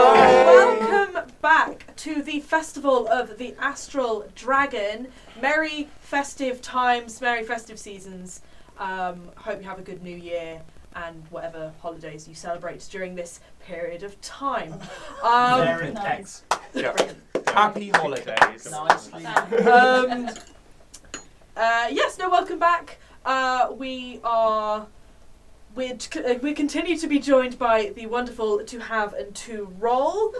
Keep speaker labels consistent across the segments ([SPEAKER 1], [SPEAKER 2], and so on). [SPEAKER 1] Welcome back to the Festival of the Astral Dragon. Merry festive times, merry festive seasons. Um, hope you have a good new year and whatever holidays you celebrate during this period of time. Um,
[SPEAKER 2] Very
[SPEAKER 3] Nice.
[SPEAKER 4] Yeah.
[SPEAKER 1] brilliant.
[SPEAKER 4] Happy holidays.
[SPEAKER 3] Nicely.
[SPEAKER 1] um, uh, yes, no, welcome back. Uh, we are. We're, c- uh, we continue to be joined by the wonderful To Have and To Roll.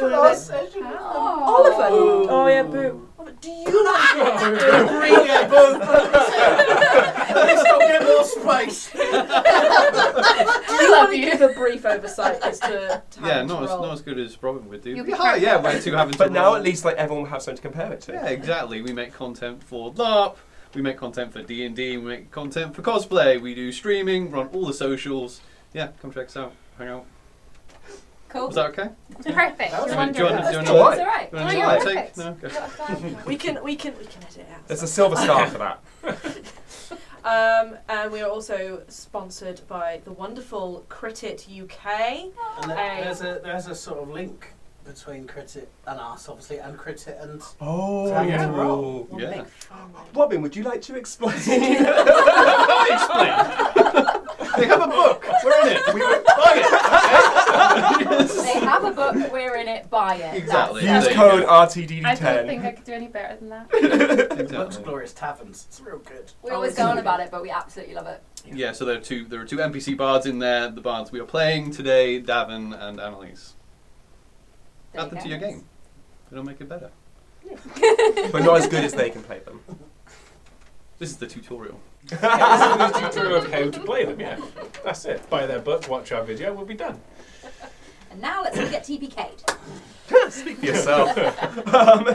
[SPEAKER 1] Joining us- Oliver! Oh, yeah, boo. Oliver, do you like it? Green
[SPEAKER 2] Yeah, boom. Let's not get more space.
[SPEAKER 1] Do you want to give a brief oversight as to to how
[SPEAKER 5] Yeah,
[SPEAKER 1] to
[SPEAKER 5] not as,
[SPEAKER 1] roll?
[SPEAKER 5] not as good as Robin would do.
[SPEAKER 6] You'll be
[SPEAKER 5] yeah,
[SPEAKER 6] proud.
[SPEAKER 5] yeah, we're two having to
[SPEAKER 4] But now
[SPEAKER 5] roll.
[SPEAKER 4] at least like everyone will have something to compare it to.
[SPEAKER 5] Yeah, exactly. We make content for LARP. We make content for D and D. We make content for cosplay. We do streaming. We're on all the socials. Yeah, come check us out. Hang out.
[SPEAKER 6] Cool.
[SPEAKER 5] Was that okay?
[SPEAKER 6] Perfect.
[SPEAKER 2] That was
[SPEAKER 5] good. Do
[SPEAKER 6] You're
[SPEAKER 5] you want- do you
[SPEAKER 6] wonderful.
[SPEAKER 5] want
[SPEAKER 6] It's all right.
[SPEAKER 5] You wanna
[SPEAKER 6] No,
[SPEAKER 5] do
[SPEAKER 6] you're
[SPEAKER 5] a light
[SPEAKER 6] perfect.
[SPEAKER 5] take? No? Go.
[SPEAKER 6] You're fine.
[SPEAKER 1] We can, we can, we can edit it out.
[SPEAKER 4] There's a silver star for that.
[SPEAKER 1] Um, and we are also sponsored by the wonderful Critit UK.
[SPEAKER 2] And there-
[SPEAKER 1] Hey.
[SPEAKER 2] there's a there's a sort of link between critic and us, obviously, and critic and
[SPEAKER 4] Oh.
[SPEAKER 2] So, yeah, roll.
[SPEAKER 1] We'll
[SPEAKER 5] Yeah.
[SPEAKER 1] make fun of it.
[SPEAKER 4] Robin, would you like to explain?
[SPEAKER 5] They have a book. We're in it. We buy
[SPEAKER 6] They have a book. We're in it. Buy
[SPEAKER 5] it.
[SPEAKER 6] it.
[SPEAKER 5] Exactly.
[SPEAKER 6] That's-
[SPEAKER 4] Use
[SPEAKER 5] There you
[SPEAKER 4] code
[SPEAKER 5] go.
[SPEAKER 7] I don't
[SPEAKER 4] RTDD10.
[SPEAKER 7] think I could do any better than that.
[SPEAKER 5] Exactly.
[SPEAKER 2] Looks Glorious Taverns. It's real good.
[SPEAKER 6] We always go on about it, but we absolutely love it.
[SPEAKER 5] Yeah, so there are two. There are two NPC bards in there. The bards we are playing today, Davin and Annalise.
[SPEAKER 6] There
[SPEAKER 5] Add them
[SPEAKER 6] you
[SPEAKER 5] to
[SPEAKER 6] go.
[SPEAKER 5] your game. It'll make it better.
[SPEAKER 4] but not as good as they can play them.
[SPEAKER 5] This is the tutorial.
[SPEAKER 8] yeah, this is the tutorial of how to play them. Yeah, that's it. Buy their book, watch our video, we'll be done.
[SPEAKER 6] And now let's get TPK'd.
[SPEAKER 4] Speak for yourself. Um,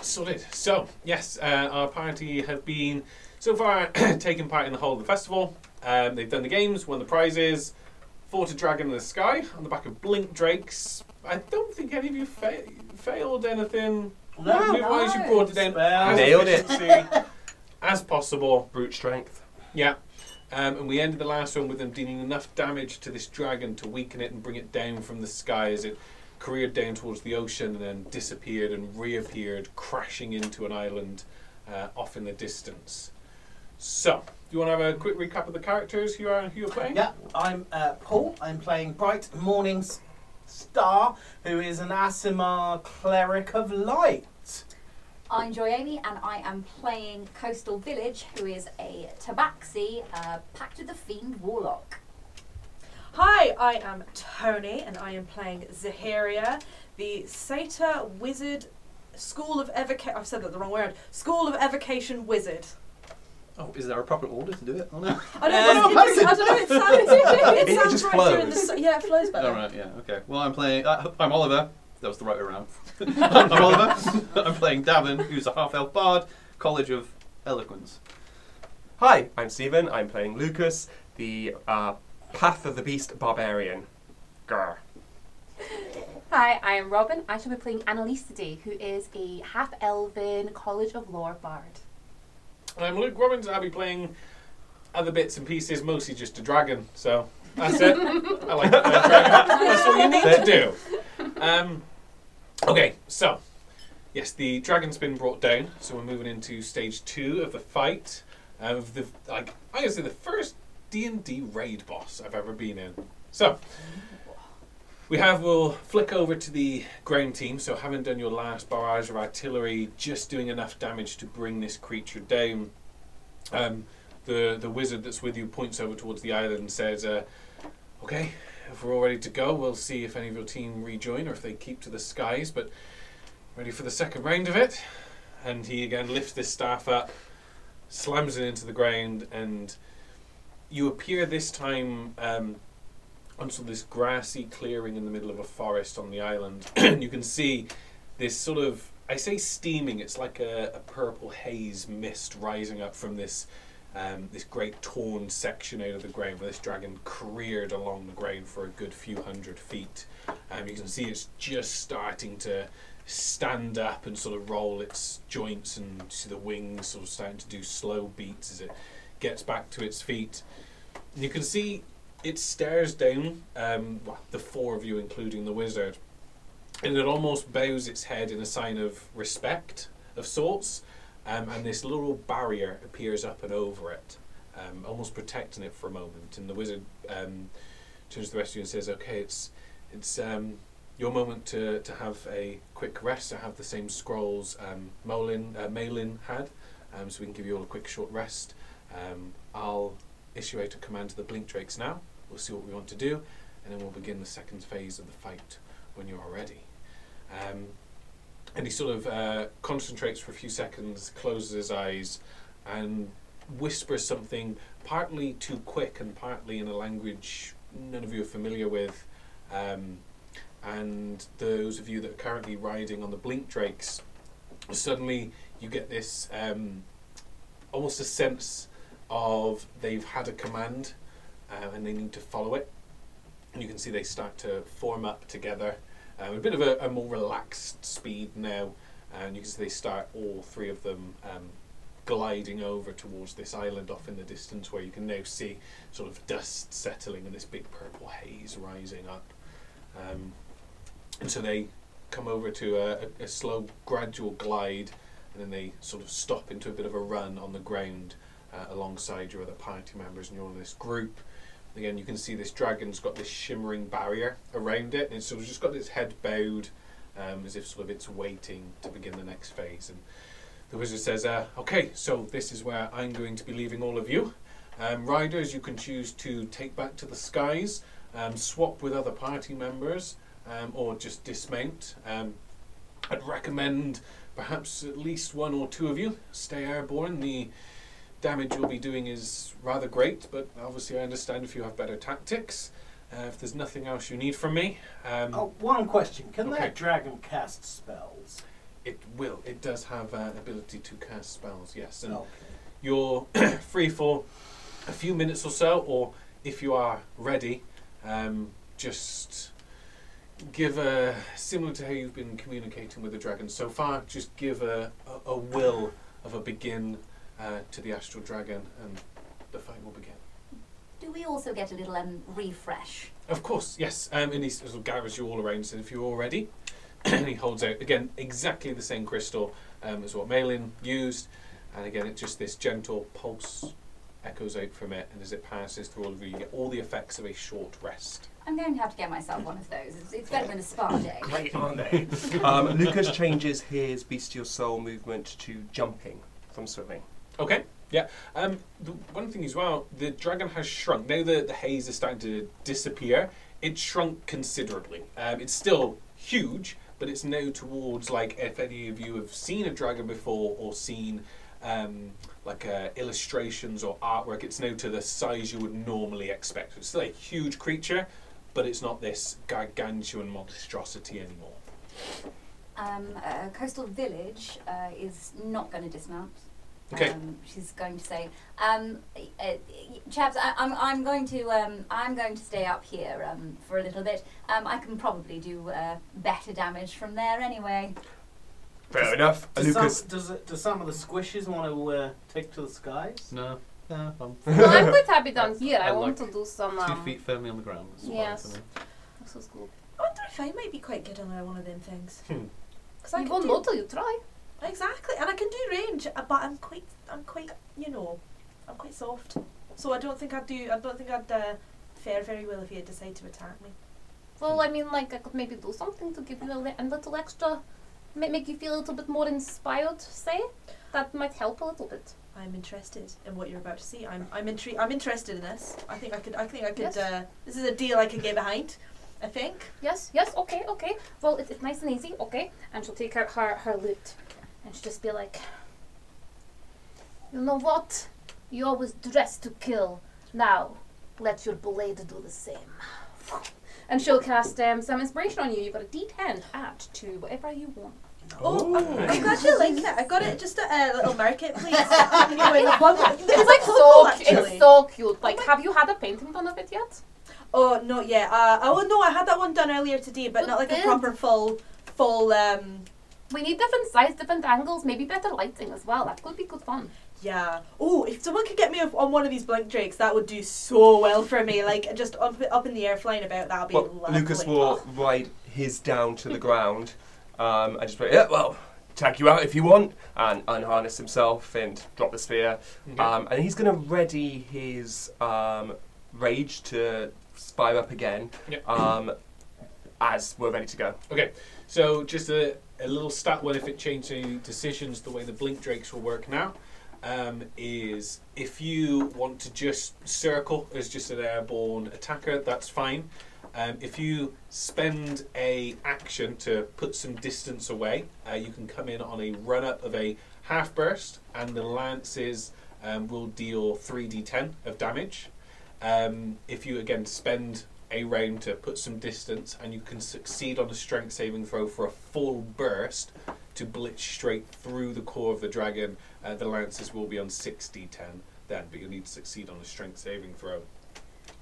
[SPEAKER 8] Solid. So yes, uh, our party have been so far taking part in the whole of the festival. Um, they've done the games, won the prizes, fought a dragon in the sky on the back of blink drakes. I don't think any of you fa- failed anything.
[SPEAKER 2] No,
[SPEAKER 8] Move-wise, you brought it in
[SPEAKER 2] Spells.
[SPEAKER 8] as
[SPEAKER 4] Nailed it.
[SPEAKER 8] efficiency as possible.
[SPEAKER 4] Brute strength.
[SPEAKER 8] Yeah. Um, and we ended the last one with them dealing enough damage to this dragon to weaken it and bring it down from the sky as it careered down towards the ocean and then disappeared and reappeared, crashing into an island uh, off in the distance. So, do you want to have a quick recap of the characters who are who you're playing?
[SPEAKER 2] Yeah, I'm uh, Paul. I'm playing Bright Morning Star, who is an Asimar cleric of light.
[SPEAKER 6] I'm Joy Amy, and I am playing Coastal Village, who is a Tabaxi uh, Pact of the Fiend Warlock.
[SPEAKER 1] Hi, I am Tony, and I am playing Zahiria, the Satyr Wizard School of Evocation. I've said that the wrong word. School of Evocation Wizard.
[SPEAKER 5] Oh, is there a proper order to do it? Oh no.
[SPEAKER 1] I don't know.
[SPEAKER 5] Yeah.
[SPEAKER 1] it just- I don't know. It sounds, it
[SPEAKER 4] It
[SPEAKER 1] sounds
[SPEAKER 4] just
[SPEAKER 1] right
[SPEAKER 4] flows.
[SPEAKER 1] doing the. s- Yeah, it flows better.
[SPEAKER 5] All right, yeah, okay. Well, I'm playing. Uh, I'm Oliver. That was the right way around. I'm Oliver. I'm playing Davin, who's a half elf bard, College of Eloquence.
[SPEAKER 4] Hi, I'm Stephen. I'm playing Lucas, the uh, Path of the Beast barbarian. Grr.
[SPEAKER 7] Hi, I am Robin. I shall be playing Annalise today, who is a half elven College of Lore bard.
[SPEAKER 8] I'm Luke Robbins. I'll be playing other bits and pieces, mostly just a dragon. So that's it. I like to play a dragon. That's all you need to do. Um, okay, so yes, the dragon's been brought down. So we're moving into stage two of the fight Uh, of the like. I guess the first D and D raid boss I've ever been in. So. We have, we'll flick over to the ground team. So, having done your last barrage of artillery, just doing enough damage to bring this creature down, um, the, the wizard that's with you points over towards the island and says, uh, Okay, if we're all ready to go, we'll see if any of your team rejoin or if they keep to the skies, but ready for the second round of it. And he again lifts this staff up, slams it into the ground, and you appear this time um, onto this grassy clearing in the middle of a forest on the island. and you can see this sort of, I say steaming, it's like a, a purple haze mist rising up from this um, this great torn section out of the ground where this dragon careered along the ground for a good few hundred feet. Um, you can see it's just starting to stand up and sort of roll its joints and you see the wings sort of starting to do slow beats as it gets back to its feet. And you can see it stares down, um, well, the four of you, including the wizard, and it almost bows its head in a sign of respect of sorts, um, and this little barrier appears up and over it, um, almost protecting it for a moment. And the wizard um, turns to the rest of you and says, "Okay, it's it's um, your moment to, to have a quick rest. I have the same scrolls um, Molin uh, Malin had, um, so we can give you all a quick short rest. Um, I'll issue out a command to the Blink Drakes now. We'll see what we want to do, and then we'll begin the second phase of the fight when you are ready." Um, and he sort of uh, concentrates for a few seconds, closes his eyes, and whispers something partly too quick and partly in a language none of you are familiar with. Um, and those of you that are currently riding on the Blink Drakes, suddenly you get this um, almost a sense of they've had a command uh, and they need to follow it. And you can see they start to form up together. Um, a bit of a, a more relaxed speed now, and you can see they start all three of them um, gliding over towards this island off in the distance, where you can now see sort of dust settling and this big purple haze rising up. Um, and so they come over to a, a, a slow, gradual glide, and then they sort of stop into a bit of a run on the ground uh, alongside your other party members, and you're on this group. Again, you can see this dragon's got this shimmering barrier around it, and it's sort of just got its head bowed, um, as if sort of it's waiting to begin the next phase. And the wizard says, uh, "Okay, so this is where I'm going to be leaving all of you. Um, riders, you can choose to take back to the skies, um, swap with other party members, um, or just dismount. Um, I'd recommend perhaps at least one or two of you stay airborne. The damage you'll be doing is rather great, but obviously I understand if you have better tactics. Uh, if there's nothing else you need from me, um,
[SPEAKER 2] Oh, one question. Can
[SPEAKER 8] Okay.
[SPEAKER 2] that dragon cast spells?
[SPEAKER 8] it will. It does have uh, ability to cast spells, yes. And
[SPEAKER 2] Okay.
[SPEAKER 8] you're free for a few minutes or so, or if you are ready, um, just give a similar to how you've been communicating with the dragon so far. Just give a, a, a will of a begin uh, to the astral dragon, and the fight will begin.
[SPEAKER 6] Do we also get a little um, refresh?
[SPEAKER 8] Of course, yes. Um, and he sort of gathers you all around, so if you're all ready, and he holds out again exactly the same crystal um, as what Malin used, and again it's just this gentle pulse echoes out from it, and as it passes through all of you, you get all the effects of a short rest.
[SPEAKER 6] I'm going to have to get myself one of those. It's, it's better than a spa day.
[SPEAKER 4] Great, aren't they? um, Lucas changes his bestial soul movement to jumping from swimming.
[SPEAKER 8] Okay. Yeah. Um, the one thing as well, the dragon has shrunk. Now the, the haze is starting to disappear, it's shrunk considerably. Um, it's still huge, but it's now towards like if any of you have seen a dragon before or seen um, like uh, illustrations or artwork, it's now to the size you would normally expect. It's still a huge creature, but it's not this gargantuan monstrosity anymore.
[SPEAKER 6] Um, uh, Coastal Village uh, is not going to dismount.
[SPEAKER 8] Okay.
[SPEAKER 6] Um, she's going to say, um, uh, uh, "Chaps, I, I'm, I'm going to um, I'm going to stay up here um, for a little bit. Um, I can probably do uh, better damage from there anyway."
[SPEAKER 4] Fair enough.
[SPEAKER 2] Does some,
[SPEAKER 4] Lucas.
[SPEAKER 2] does, it, does some of the squishes want to uh, take to the skies?
[SPEAKER 5] No, no, Uh, I'm
[SPEAKER 7] well, I'm quite happy down here.
[SPEAKER 5] I
[SPEAKER 7] I want to
[SPEAKER 5] like
[SPEAKER 7] do some. Um,
[SPEAKER 5] two feet firmly on the ground. That's fine for
[SPEAKER 7] yes.
[SPEAKER 5] me.
[SPEAKER 7] This is good.
[SPEAKER 1] I wonder if I might be quite good on uh, one of them things.
[SPEAKER 8] Hmm.
[SPEAKER 1] Because I
[SPEAKER 7] You
[SPEAKER 1] can
[SPEAKER 7] won't
[SPEAKER 1] do-
[SPEAKER 7] know till you try.
[SPEAKER 1] exactly, and I can do range, uh, but I'm quite, I'm quite, you know, I'm quite soft. So I don't think I'd do, I don't think I'd uh, fare very well if you decide to attack me.
[SPEAKER 7] Well, I mean, like I could maybe do something to give you a, li- a little extra, ma- make you feel a little bit more inspired. Say that might help a little bit.
[SPEAKER 1] I'm interested in what you're about to see. I'm, I'm intrigued. I'm interested in this. I think I could, I think I could.
[SPEAKER 7] Yes.
[SPEAKER 1] Uh, this is a deal I could get behind. I think.
[SPEAKER 7] Yes, yes, okay, okay. Well, it's, it's nice and easy, okay. And she'll take out her, her loot and she'll just be like, You know what? You always dress to kill. Now, let your blade do the same. And she'll cast um, some inspiration on you. You've got a d10 add to whatever you want.
[SPEAKER 1] Oh, I'm, I'm glad you like it. I got it just at a little market place. you know, in the bubble. It's like
[SPEAKER 7] so,
[SPEAKER 1] so
[SPEAKER 7] it's
[SPEAKER 1] actually.
[SPEAKER 7] so cute. Like, have you had a painting done of it yet?
[SPEAKER 1] Oh, not yet. Uh, oh no, I had that one done earlier today, but
[SPEAKER 7] But
[SPEAKER 1] not like a
[SPEAKER 7] then-
[SPEAKER 1] proper full, full. Um,
[SPEAKER 7] We need different size, different angles, maybe better lighting as well. That could be good fun.
[SPEAKER 1] Yeah. Oh, if someone could get me up on one of these blank drakes, that would do so well for me. Like just up, up in the air, flying about. That'd be
[SPEAKER 4] Well,
[SPEAKER 1] lovely.
[SPEAKER 4] Lucas will ride his down to the ground. Um, and just play, yeah, well, tag you out if you want, and unharness himself and drop the spear. Um, and he's going to ready his um, rage to fire up again
[SPEAKER 8] Yeah.
[SPEAKER 4] um, as we're ready to go.
[SPEAKER 8] Okay, so just a, a little stat one if it changed any decisions, the way the blink drakes will work now um, is if you want to just circle as just an airborne attacker, that's fine. Um, if you spend a action to put some distance away, uh, you can come in on a run up of a half burst, and the lances um, will deal 3d10 of damage. Um, if you again spend a round to put some distance, and you can succeed on a strength saving throw for a full burst to blitz straight through the core of the dragon, uh, the lances will be on 6d10 then, but you'll need to succeed on a strength saving throw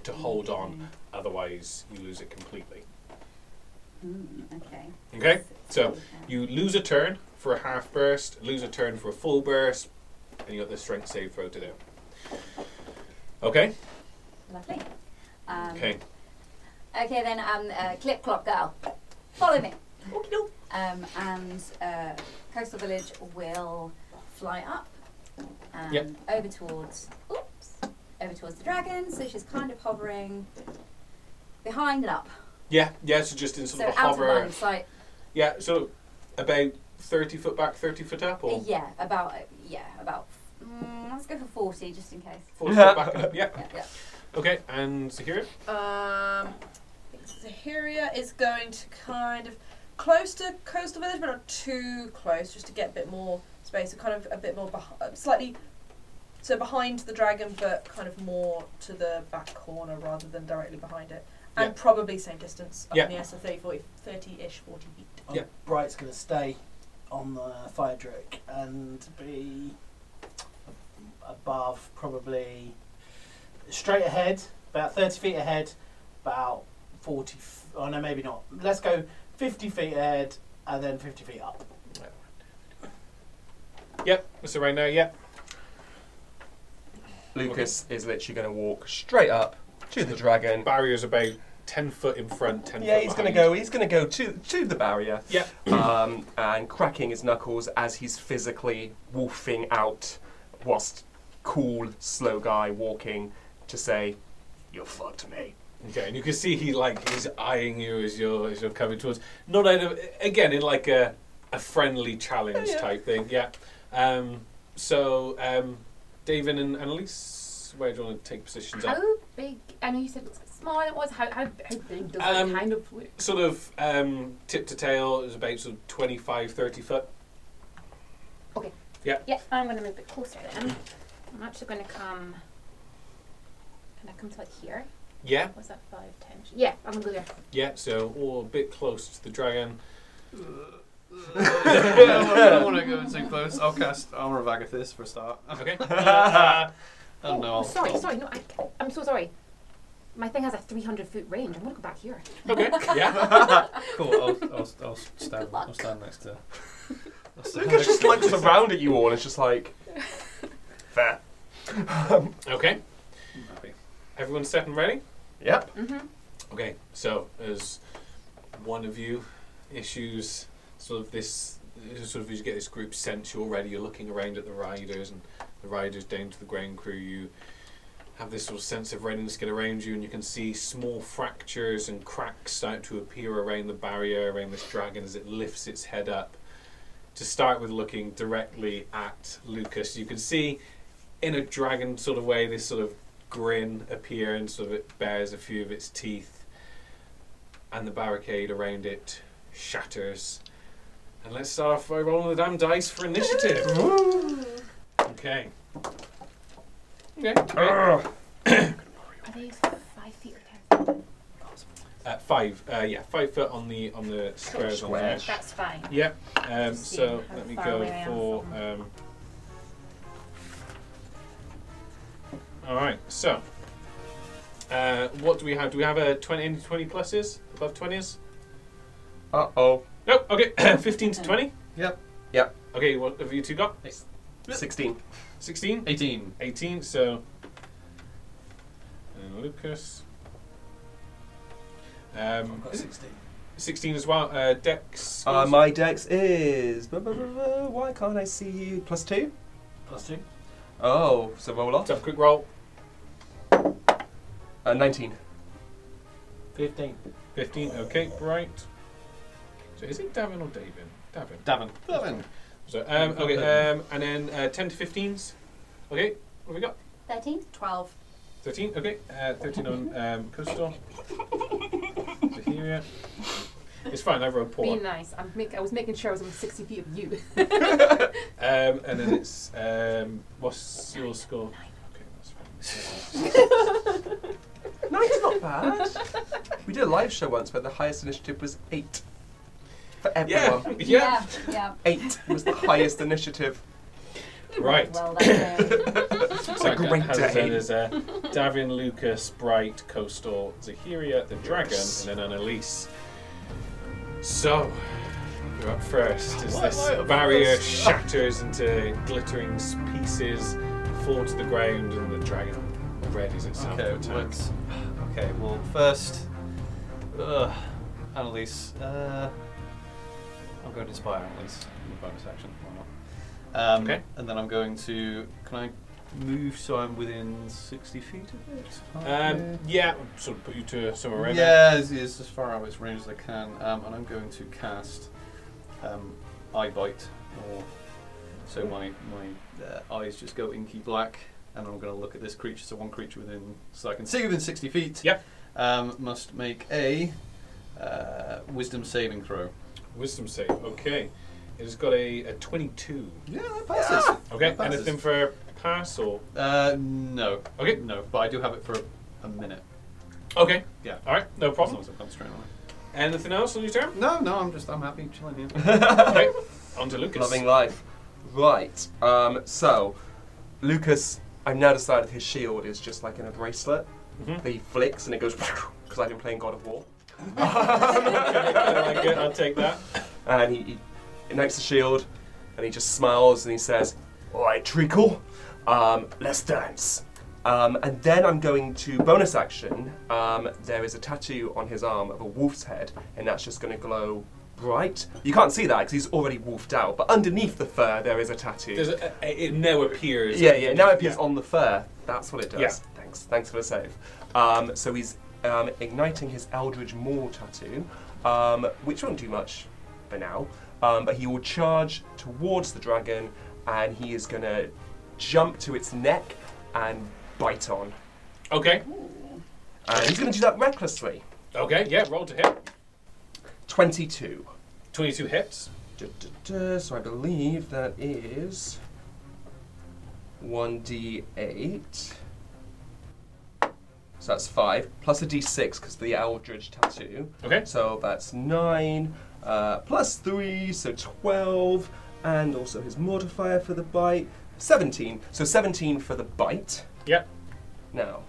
[SPEAKER 8] to hold on, otherwise, you lose it completely.
[SPEAKER 6] okay.
[SPEAKER 8] Okay? So you lose a turn for a half burst, lose a turn for a full burst, and you got the strength save throw to do. Okay?
[SPEAKER 6] Lovely. Um,
[SPEAKER 8] Okay.
[SPEAKER 6] Okay, then, um, uh, Clip Clop Girl, follow me.
[SPEAKER 1] Okey doke.
[SPEAKER 6] Um, and uh, Coastal Village will fly up and
[SPEAKER 8] Yep.
[SPEAKER 6] over towards. Oops. Over towards the dragon, so she's kind of hovering behind and up.
[SPEAKER 8] Yeah, yeah, so just in sort
[SPEAKER 6] so
[SPEAKER 8] of a
[SPEAKER 6] out
[SPEAKER 8] hover.
[SPEAKER 6] of line of sight.
[SPEAKER 8] Yeah, so about 30 foot back, 30 foot up, or
[SPEAKER 6] uh, Yeah, about. Yeah, about. Mm, let's go for 40 just in case.
[SPEAKER 8] 40 foot back and up. Yeah.
[SPEAKER 6] Yeah, yeah.
[SPEAKER 8] Okay, and Zahira?
[SPEAKER 1] Um, Zahiria is going to kind of close to coastal village, but not too close, just to get a bit more space. So kind of a bit more beh- uh, slightly. So behind the dragon, but kind of more to the back corner rather than directly behind it, and probably same distance up
[SPEAKER 8] Yeah.
[SPEAKER 1] in the air, so 30, 40, 30-ish, 40 feet.
[SPEAKER 2] Oh,
[SPEAKER 8] Yeah.
[SPEAKER 2] Bright's going to stay on the fire drake and be above probably straight ahead, about 30 feet ahead, about 40. F- oh no, maybe not. Let's go 50 feet ahead and then 50 feet up.
[SPEAKER 8] Yep, so right now, yep.
[SPEAKER 4] Lucas is literally going to walk straight up to the dragon.
[SPEAKER 8] Barrier's about 10 foot in front, 10
[SPEAKER 4] Yeah,
[SPEAKER 8] foot
[SPEAKER 4] he's going to
[SPEAKER 8] behind.
[SPEAKER 4] go. He's going to go to to the barrier.
[SPEAKER 8] Yep.
[SPEAKER 4] um, and cracking his knuckles as he's physically wolfing out, whilst cool, slow guy walking to say, "You fucked me."
[SPEAKER 8] Okay, and you can see he like he's eyeing you as you're as you're coming towards. Not out of again in like a a friendly challenge
[SPEAKER 1] Yeah.
[SPEAKER 8] type thing. Yeah. Um, so um, David and Annalise, where do you want to take positions?
[SPEAKER 7] How
[SPEAKER 8] At?
[SPEAKER 7] big? I know you said it was small. It was how how, how big does
[SPEAKER 8] Um,
[SPEAKER 7] it kind of look?
[SPEAKER 8] Sort of um, tip to tail is about sort of 25, 30 foot.
[SPEAKER 7] Yeah, I'm going to move a bit closer then. I'm actually going to come. Can I come to like here?
[SPEAKER 8] Yeah,
[SPEAKER 7] Was that five times? Yeah, I'm going to go there.
[SPEAKER 8] yeah. So or a bit close to the dragon.
[SPEAKER 5] I don't want to go too close. I'll cast Armor of Agathis for a start.
[SPEAKER 8] Okay.
[SPEAKER 5] I don't
[SPEAKER 7] Oh,
[SPEAKER 5] know.
[SPEAKER 7] sorry, sorry. No, I, I'm so sorry. My thing has a 300 foot range. I'm going to go back here.
[SPEAKER 8] Okay. Yeah.
[SPEAKER 5] Cool. I'll, I'll, I'll stand. I'll stand next to. I'll stand
[SPEAKER 4] Lucas
[SPEAKER 5] next
[SPEAKER 4] just
[SPEAKER 5] to-
[SPEAKER 4] looks around at you all and is just like, "Fair."
[SPEAKER 8] Okay. Everyone set and ready.
[SPEAKER 4] Yep.
[SPEAKER 7] Mm-hmm.
[SPEAKER 8] Okay, so as one of you issues sort of this, sort of you get this group sense you already, you're looking around at the riders and the riders down to the ground crew, you have this sort of sense of readiness get around you and you can see small fractures and cracks start to appear around the barrier, around this dragon as it lifts its head up. To start with looking directly at Lucas, you can see in a dragon sort of way this sort of grin appear and sort of it bears a few of its teeth and the barricade around it shatters. And let's start off by rolling the damn dice for initiative. okay. Okay.
[SPEAKER 4] Ugh.
[SPEAKER 7] Are they five feet or ten?
[SPEAKER 8] Uh, five. Uh, yeah, five foot on the on the squares on there.
[SPEAKER 4] Squares.
[SPEAKER 7] That's fine.
[SPEAKER 8] Yep. Um,
[SPEAKER 7] Just
[SPEAKER 8] so
[SPEAKER 7] seeing how
[SPEAKER 8] let me
[SPEAKER 7] far
[SPEAKER 8] go
[SPEAKER 7] away I am
[SPEAKER 8] for.
[SPEAKER 7] from
[SPEAKER 8] Um, all right. um, So, uh, what do we have? Do we have a 20, any 20 pluses above twenties?
[SPEAKER 4] Uh oh.
[SPEAKER 8] Nope. Okay. Fifteen to twenty.
[SPEAKER 5] Yep.
[SPEAKER 4] Yep.
[SPEAKER 8] Okay. What have you two got?
[SPEAKER 4] Sixteen.
[SPEAKER 8] 16?
[SPEAKER 5] 18.
[SPEAKER 8] 18, so. And Lucas. Um, is it
[SPEAKER 5] 16.
[SPEAKER 8] 16 as well. Uh, Dex.
[SPEAKER 4] Uh, my dex is. blah, blah, blah, blah, Why can't I see you? Plus two?
[SPEAKER 2] Plus two.
[SPEAKER 4] Oh, so roll off.
[SPEAKER 8] Tough quick roll.
[SPEAKER 4] Uh, 19.
[SPEAKER 2] 15.
[SPEAKER 8] 15, okay, bright. So is it Davin or Davin? Davin.
[SPEAKER 5] Davin. Davin.
[SPEAKER 8] So, um, okay, um, and then uh, 10 to 15s. Okay, what have we got?
[SPEAKER 6] 13?
[SPEAKER 1] 12.
[SPEAKER 8] 13, okay. Uh, 13 on um, Coastal. Zahiria. It's fine, I rolled
[SPEAKER 3] Be
[SPEAKER 8] poor. Um,
[SPEAKER 3] nice. I'm make, I was making sure I was within 60 feet of you.
[SPEAKER 8] and then it's. Um, what's your score? Okay, that's fine.
[SPEAKER 4] Nine's not bad. we did a live show once where the highest initiative was eight. For
[SPEAKER 8] Yeah,
[SPEAKER 4] everyone.
[SPEAKER 8] yeah.
[SPEAKER 6] Yeah. yeah.
[SPEAKER 4] Eight was the highest initiative.
[SPEAKER 8] Right.
[SPEAKER 6] Well, that's uh,
[SPEAKER 8] It's
[SPEAKER 4] a great day.
[SPEAKER 8] There's uh, Davin, Lucas, Bright, Coastal, Zahiria, the dragon,
[SPEAKER 4] Yes.
[SPEAKER 8] and then Annalise. So, you're up first as
[SPEAKER 5] Why
[SPEAKER 8] this
[SPEAKER 5] am I up
[SPEAKER 8] barrier
[SPEAKER 5] first?
[SPEAKER 8] shatters into glittering s- pieces, fall to the ground, and the dragon readies itself
[SPEAKER 5] Okay,
[SPEAKER 8] to attack.
[SPEAKER 5] let's. Okay, well, first. Uh, Annalise. Uh, I'm going to inspire Annalise in the bonus action. Why not? Um,
[SPEAKER 8] Okay.
[SPEAKER 5] And then I'm going to. Can I move so I'm within 60 feet of it?
[SPEAKER 8] Um, yeah, I'll sort of put you to somewhere around there.
[SPEAKER 5] yeah, it's, it's as far out of its range as I can. Um, and I'm going to cast um, Eye Bite. Or, so my, my uh, eyes just go inky black. And I'm going to look at this creature. So one creature within, so I can see within 60 feet.
[SPEAKER 8] Yep.
[SPEAKER 5] Um, must make a uh, Wisdom saving throw.
[SPEAKER 8] Wisdom save. Okay, it has got a, a 22.
[SPEAKER 5] Yeah, that passes.
[SPEAKER 8] Okay,
[SPEAKER 5] That passes.
[SPEAKER 8] anything for pass or
[SPEAKER 5] Uh, no.
[SPEAKER 8] Okay.
[SPEAKER 5] No, but I do have it for a minute.
[SPEAKER 8] okay?
[SPEAKER 5] Yeah.
[SPEAKER 8] All right, no
[SPEAKER 5] As
[SPEAKER 8] problem.
[SPEAKER 5] long as I'm concentrating on it.
[SPEAKER 8] Anything else on your turn?
[SPEAKER 5] No, no, I'm just I'm happy chilling here.
[SPEAKER 8] okay, on to Lucas.
[SPEAKER 4] Loving life. Right. Um, so, Lucas, I've now decided his shield is just like in a bracelet.
[SPEAKER 8] Mhm.
[SPEAKER 4] He flicks and it goes because I've been playing God of War.
[SPEAKER 8] I like it, I'll take that.
[SPEAKER 4] and he, he ignites the shield, and he just smiles and he says, "All right, treacle, um, let's dance." Um, and then I'm going to bonus action. Um, there is a tattoo on his arm of a wolf's head, and that's just going to glow bright. You can't see that because he's already wolfed out, but underneath the fur there is a tattoo.
[SPEAKER 8] There's a, a, it now appears.
[SPEAKER 4] Yeah, yeah. Now it appears
[SPEAKER 8] Yeah.
[SPEAKER 4] on the fur. That's what it does.
[SPEAKER 8] Yeah.
[SPEAKER 4] Thanks. Thanks for the save. Um, so he's um, igniting his Eldridge Maul tattoo, um, which won't do much for now. Um, but he will charge towards the dragon, and he is going to jump to its neck and bite on.
[SPEAKER 8] Okay,
[SPEAKER 4] And he's going to do that recklessly.
[SPEAKER 8] okay, yeah, roll to hit.
[SPEAKER 4] Twenty-two.
[SPEAKER 8] 22 hits.
[SPEAKER 4] Du-du-du, So I believe that is 1d8. So that's 5, plus a d6 because the Eldridge tattoo.
[SPEAKER 8] Okay,
[SPEAKER 4] So that's 9, uh, plus 3, so 12, and also his modifier for the bite, 17. So 17 for the bite.
[SPEAKER 8] Yep.
[SPEAKER 4] Now,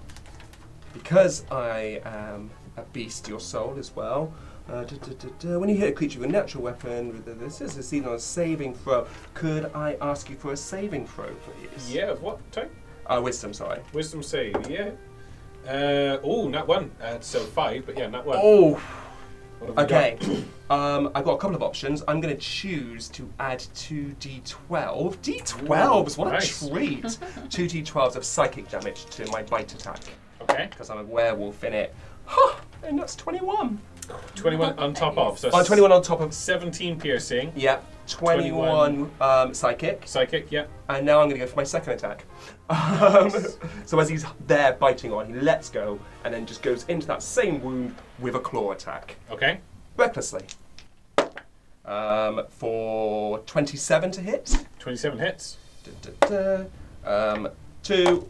[SPEAKER 4] because I am a beast, your soul as well. Uh, duh, duh, duh, duh, when you hit a creature with a natural weapon, with a- this is a scene on a saving throw. Could I ask you for a saving throw, please?
[SPEAKER 8] yeah, of what type?
[SPEAKER 4] Uh, wisdom, sorry.
[SPEAKER 8] Wisdom save, yeah. Uh, oh, not one. Uh, so five, but yeah, not one.
[SPEAKER 4] Oh,
[SPEAKER 8] What have we
[SPEAKER 4] okay. um, I've got a couple of options. I'm going to choose to add 2d12. D12s, what
[SPEAKER 8] nice.
[SPEAKER 4] a treat! 2d12s of psychic damage to my bite attack,
[SPEAKER 8] got? Okay,
[SPEAKER 4] because I'm a werewolf in it. Huh, and that's 21.
[SPEAKER 8] 21 on top of. So
[SPEAKER 4] Uh, 21 on top of
[SPEAKER 8] 17 piercing.
[SPEAKER 4] Yep, 21, Um, psychic.
[SPEAKER 8] Psychic, yeah.
[SPEAKER 4] And now I'm going to go for my second attack. Um, so as he's there biting on, he lets go and then just goes into that same wound with a claw attack.
[SPEAKER 8] Okay.
[SPEAKER 4] Recklessly. Um, for 27 to hit.
[SPEAKER 8] 27 hits.
[SPEAKER 4] Da-da-da. Um, 2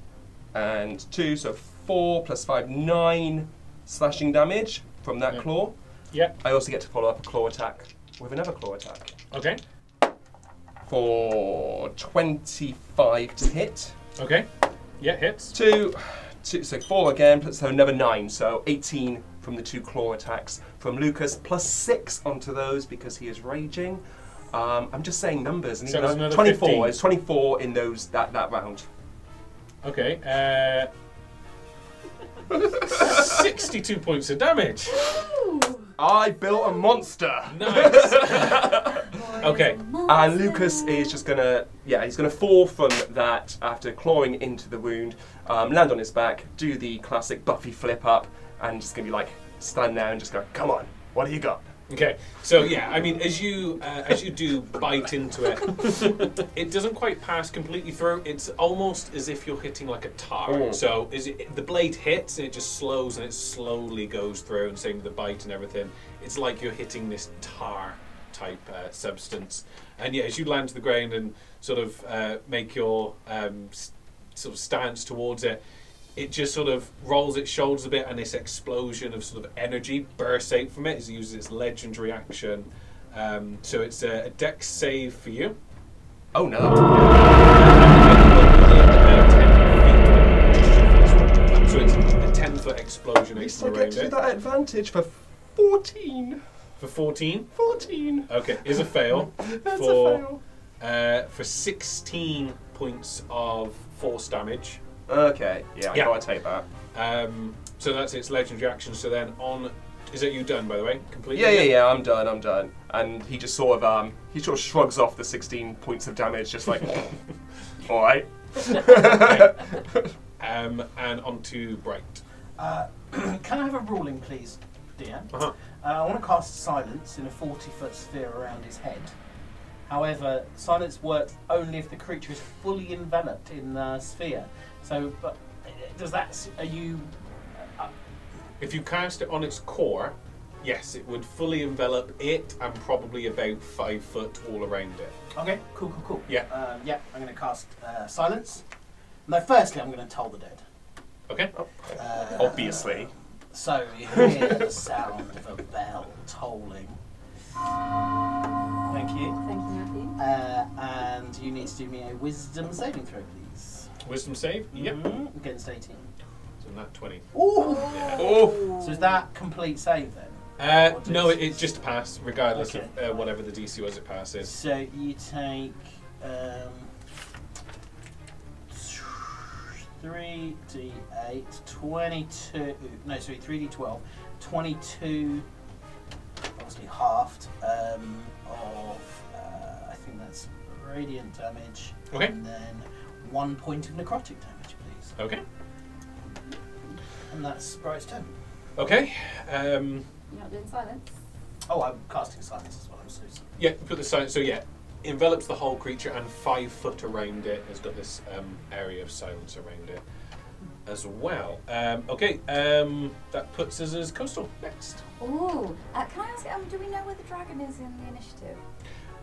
[SPEAKER 4] and 2, so 4 plus 5, 9 slashing damage from that
[SPEAKER 8] Yeah.
[SPEAKER 4] claw.
[SPEAKER 8] Yeah,
[SPEAKER 4] I also get to follow up a claw attack with another claw attack.
[SPEAKER 8] okay.
[SPEAKER 4] for 25 to hit.
[SPEAKER 8] Okay. Yeah, hits.
[SPEAKER 4] Two, two, so four again, plus- so another nine, so 18 from the two claw attacks from Lucas, plus six onto those because he is raging. Um, I'm just saying numbers. And
[SPEAKER 8] So
[SPEAKER 4] even
[SPEAKER 8] there's
[SPEAKER 4] though-
[SPEAKER 8] another
[SPEAKER 4] 24.
[SPEAKER 8] 15.
[SPEAKER 4] It's 24 in those that, that round.
[SPEAKER 8] Okay. Uh, 62 points of damage.
[SPEAKER 4] I built a monster.
[SPEAKER 8] Nice. okay.
[SPEAKER 4] And Lucas is just gonna, yeah, he's gonna fall from that after clawing into the wound, um, land on his back, do the classic Buffy flip up, and just gonna be like, stand there and just go, come on, what do you got?
[SPEAKER 8] Okay, so yeah, I mean, as you uh, as you do bite into it, it doesn't quite pass completely through. It's almost as if you're hitting like a tar.
[SPEAKER 4] Mm.
[SPEAKER 8] So is it, the blade hits and it just slows and it slowly goes through, and same with the bite and everything. It's like you're hitting this tar type uh, substance. And yeah, as you land to the ground and sort of uh, make your um, s- sort of stance towards it, it just sort of rolls its shoulders a bit, and this explosion of sort of energy bursts out from it as it uses its legendary action. Um, so it's a, a dex save for you.
[SPEAKER 4] Oh no.
[SPEAKER 8] So it's a 10 foot explosion
[SPEAKER 4] At least I
[SPEAKER 8] explosion
[SPEAKER 4] get
[SPEAKER 8] around
[SPEAKER 4] to
[SPEAKER 8] it.
[SPEAKER 4] that advantage for 14.
[SPEAKER 8] For 14.
[SPEAKER 4] 14.
[SPEAKER 8] Okay, is a fail.
[SPEAKER 4] That's
[SPEAKER 8] For-
[SPEAKER 4] a fail.
[SPEAKER 8] Uh, for 16 points of force damage.
[SPEAKER 4] Okay, yeah, I
[SPEAKER 8] Yeah.
[SPEAKER 4] gotta take that.
[SPEAKER 8] Um, so that's its legendary action. So then on. Is it you done, by the way? Completely?
[SPEAKER 4] Yeah, yeah, yeah, I'm done, I'm done. And he just sort of, um, he sort of shrugs off the 16 points of damage, just like, alright.
[SPEAKER 8] Um, and on to Bright.
[SPEAKER 2] Uh, can I have a ruling, please, DM?
[SPEAKER 8] Uh-huh.
[SPEAKER 2] Uh, I want to cast silence in a 40 foot sphere around his head. However, silence works only if the creature is fully enveloped in the sphere. So, but uh, does that. s- Are you. Uh,
[SPEAKER 8] If you cast it on its core, yes, it would fully envelop it and probably about five foot all around it.
[SPEAKER 2] okay, cool, cool, cool.
[SPEAKER 8] Yeah.
[SPEAKER 2] Um, yeah, I'm going to cast uh, silence. No, firstly, I'm going to toll the dead.
[SPEAKER 8] Okay?
[SPEAKER 2] Uh,
[SPEAKER 4] Obviously.
[SPEAKER 2] So you hear the sound of a bell tolling. Thank you.
[SPEAKER 6] Thank you, Matthew.
[SPEAKER 2] Uh, and you need to do me a wisdom saving throw, please.
[SPEAKER 8] Wisdom save? Yep.
[SPEAKER 2] Mhm, Against 18.
[SPEAKER 8] Mm-hmm. So not 20.
[SPEAKER 2] Ooh!
[SPEAKER 4] Oh,
[SPEAKER 2] So is that complete save then?
[SPEAKER 8] Uh,
[SPEAKER 2] What
[SPEAKER 8] no,
[SPEAKER 2] is-
[SPEAKER 8] it, it just passed, regardless
[SPEAKER 2] Okay.
[SPEAKER 8] of uh, whatever the DC was, it passes.
[SPEAKER 2] So you take um, 3d8, 22, no, sorry, 3d12, 22, obviously halved, um, of, uh, I think that's radiant damage.
[SPEAKER 8] Okay.
[SPEAKER 2] And then one point of necrotic damage, please.
[SPEAKER 8] Okay.
[SPEAKER 2] And that's Sprite's turn.
[SPEAKER 8] Okay. Um,
[SPEAKER 6] You're not doing silence.
[SPEAKER 2] Oh, I'm casting silence as well, I'm so sorry.
[SPEAKER 8] yeah, put the silence. So, yeah, envelops the whole creature and five foot around it. It's got this um, area of silence around it as well. Um, okay, um, that puts us as coastal next.
[SPEAKER 6] Ooh, uh, can I ask, um, do we know where the dragon is in the initiative?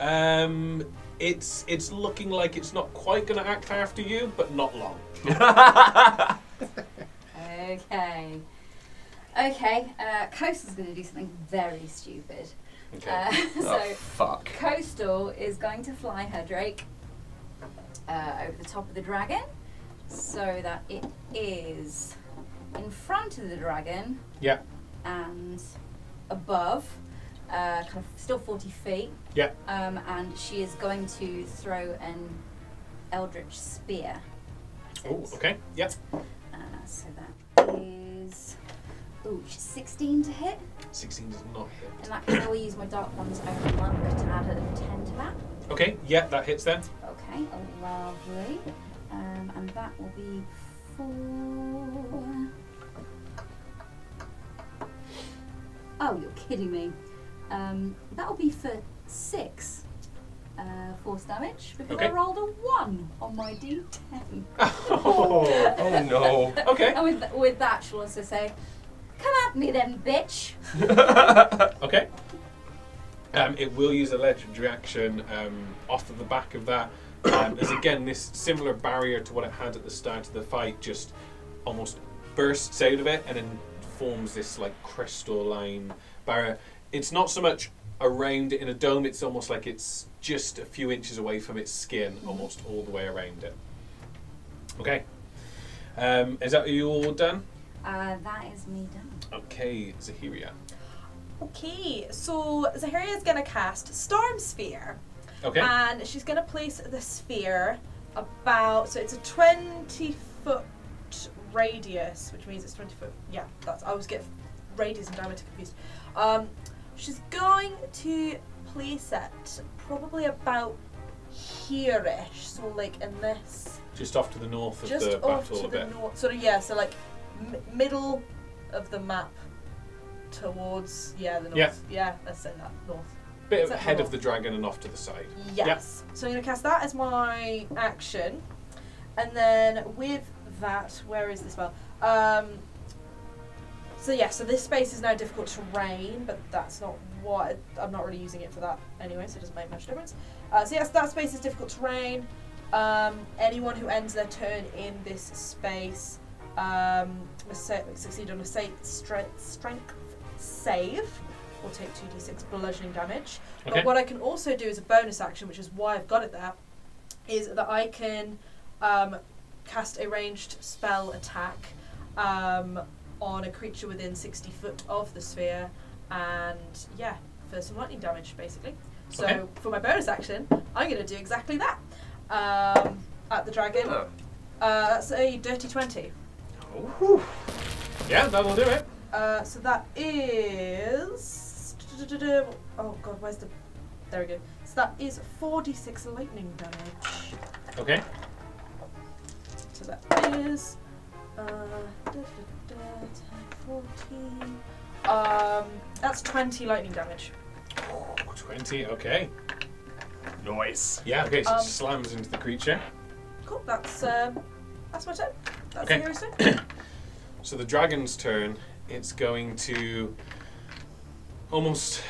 [SPEAKER 8] Um, it's it's looking like it's not quite going to act after you, but not long.
[SPEAKER 6] Okay. Okay, uh, Coastal's going to do something very stupid.
[SPEAKER 8] Okay.
[SPEAKER 6] Uh,
[SPEAKER 4] Oh.
[SPEAKER 6] so,
[SPEAKER 4] fuck.
[SPEAKER 6] Coastal is going to fly her Drake uh, over the top of the dragon so that it is in front of the dragon
[SPEAKER 8] yeah.
[SPEAKER 6] and above, uh, kind of still 40 feet.
[SPEAKER 8] Yeah.
[SPEAKER 6] Um, and she is going to throw an Eldritch Spear.
[SPEAKER 8] Oh, okay. Yeah.
[SPEAKER 6] Uh, so that is. Ooh, 16 to hit.
[SPEAKER 8] 16 does not hit.
[SPEAKER 6] And that can only use my Dark One's own luck to add a 10 to that.
[SPEAKER 8] Okay, yeah, that hits then.
[SPEAKER 6] Okay, lovely. Um, and that will be four. Oh, you're kidding me. Um, that'll be for six uh, force damage because
[SPEAKER 8] Okay.
[SPEAKER 6] I rolled a one on my d10.
[SPEAKER 4] Oh, oh no.
[SPEAKER 8] Okay.
[SPEAKER 6] And with, th- with that, she'll also say, Come at me then, bitch!
[SPEAKER 8] Okay. Um, it will use a legendary action um, off of the back of that. Um, there's again this similar barrier to what it had at the start of the fight, just almost bursts out of it and then forms this like crystalline barrier. It's not so much around it in a dome, it's almost like it's just a few inches away from its skin, almost all the way around it. Okay. Um, is that you all done?
[SPEAKER 6] Uh, that is me done.
[SPEAKER 8] Okay, Zahiria.
[SPEAKER 9] Okay, so Zaharia's gonna cast Storm Sphere.
[SPEAKER 8] Okay.
[SPEAKER 1] and she's going to place the sphere about so it's a 20 foot radius which means it's 20 foot yeah that's i always get radius and diameter confused um, she's going to place it probably about here-ish so like in this
[SPEAKER 8] Just off to the north of
[SPEAKER 1] just
[SPEAKER 8] the
[SPEAKER 1] off
[SPEAKER 8] battle
[SPEAKER 1] to
[SPEAKER 8] a
[SPEAKER 1] the
[SPEAKER 8] bit.
[SPEAKER 1] north sort of yeah so like m- middle of the map towards yeah the north
[SPEAKER 8] Yeah.
[SPEAKER 1] yeah let's say that north
[SPEAKER 8] Bit
[SPEAKER 1] Is
[SPEAKER 8] of
[SPEAKER 1] that
[SPEAKER 8] head of
[SPEAKER 1] north?
[SPEAKER 8] the dragon and off to the side.
[SPEAKER 1] Yes. So I'm going to cast that as my action. And then with that, where is this spell? Um, so yeah, so this space is now difficult terrain, but that's not what I'm not really using it for that anyway, so it doesn't make much difference. Uh, so yes, that space is difficult terrain. Um, anyone who ends their turn in this space um, must sa- succeed on a sa- stre- strength save or take 2d6 bludgeoning damage.
[SPEAKER 8] Okay.
[SPEAKER 1] But what I can also do as a bonus action, which is why I've got it there, is that I can um, cast a ranged spell attack um, on a creature within 60 foot of the sphere, and yeah, for some lightning damage basically. So
[SPEAKER 8] Okay.
[SPEAKER 1] for my bonus action, I'm going to do exactly that um, at the dragon.
[SPEAKER 4] Oh.
[SPEAKER 1] Uh, that's a dirty 20.
[SPEAKER 8] Yeah, that'll do it.
[SPEAKER 1] Uh, so that is. Oh god, where's the. There we go. So that is 46 lightning damage.
[SPEAKER 8] Okay.
[SPEAKER 1] So that is. Uh, da, da, da, 10, 14. Um, that's 20 lightning damage.
[SPEAKER 8] Oh, 20, okay.
[SPEAKER 4] Noise.
[SPEAKER 8] Yeah, okay, so
[SPEAKER 1] Um,
[SPEAKER 8] it slams into the creature.
[SPEAKER 1] Cool, that's um, that's my turn. That's
[SPEAKER 8] Okay.
[SPEAKER 1] the hero's turn.
[SPEAKER 8] So the dragon's turn, it's going to almost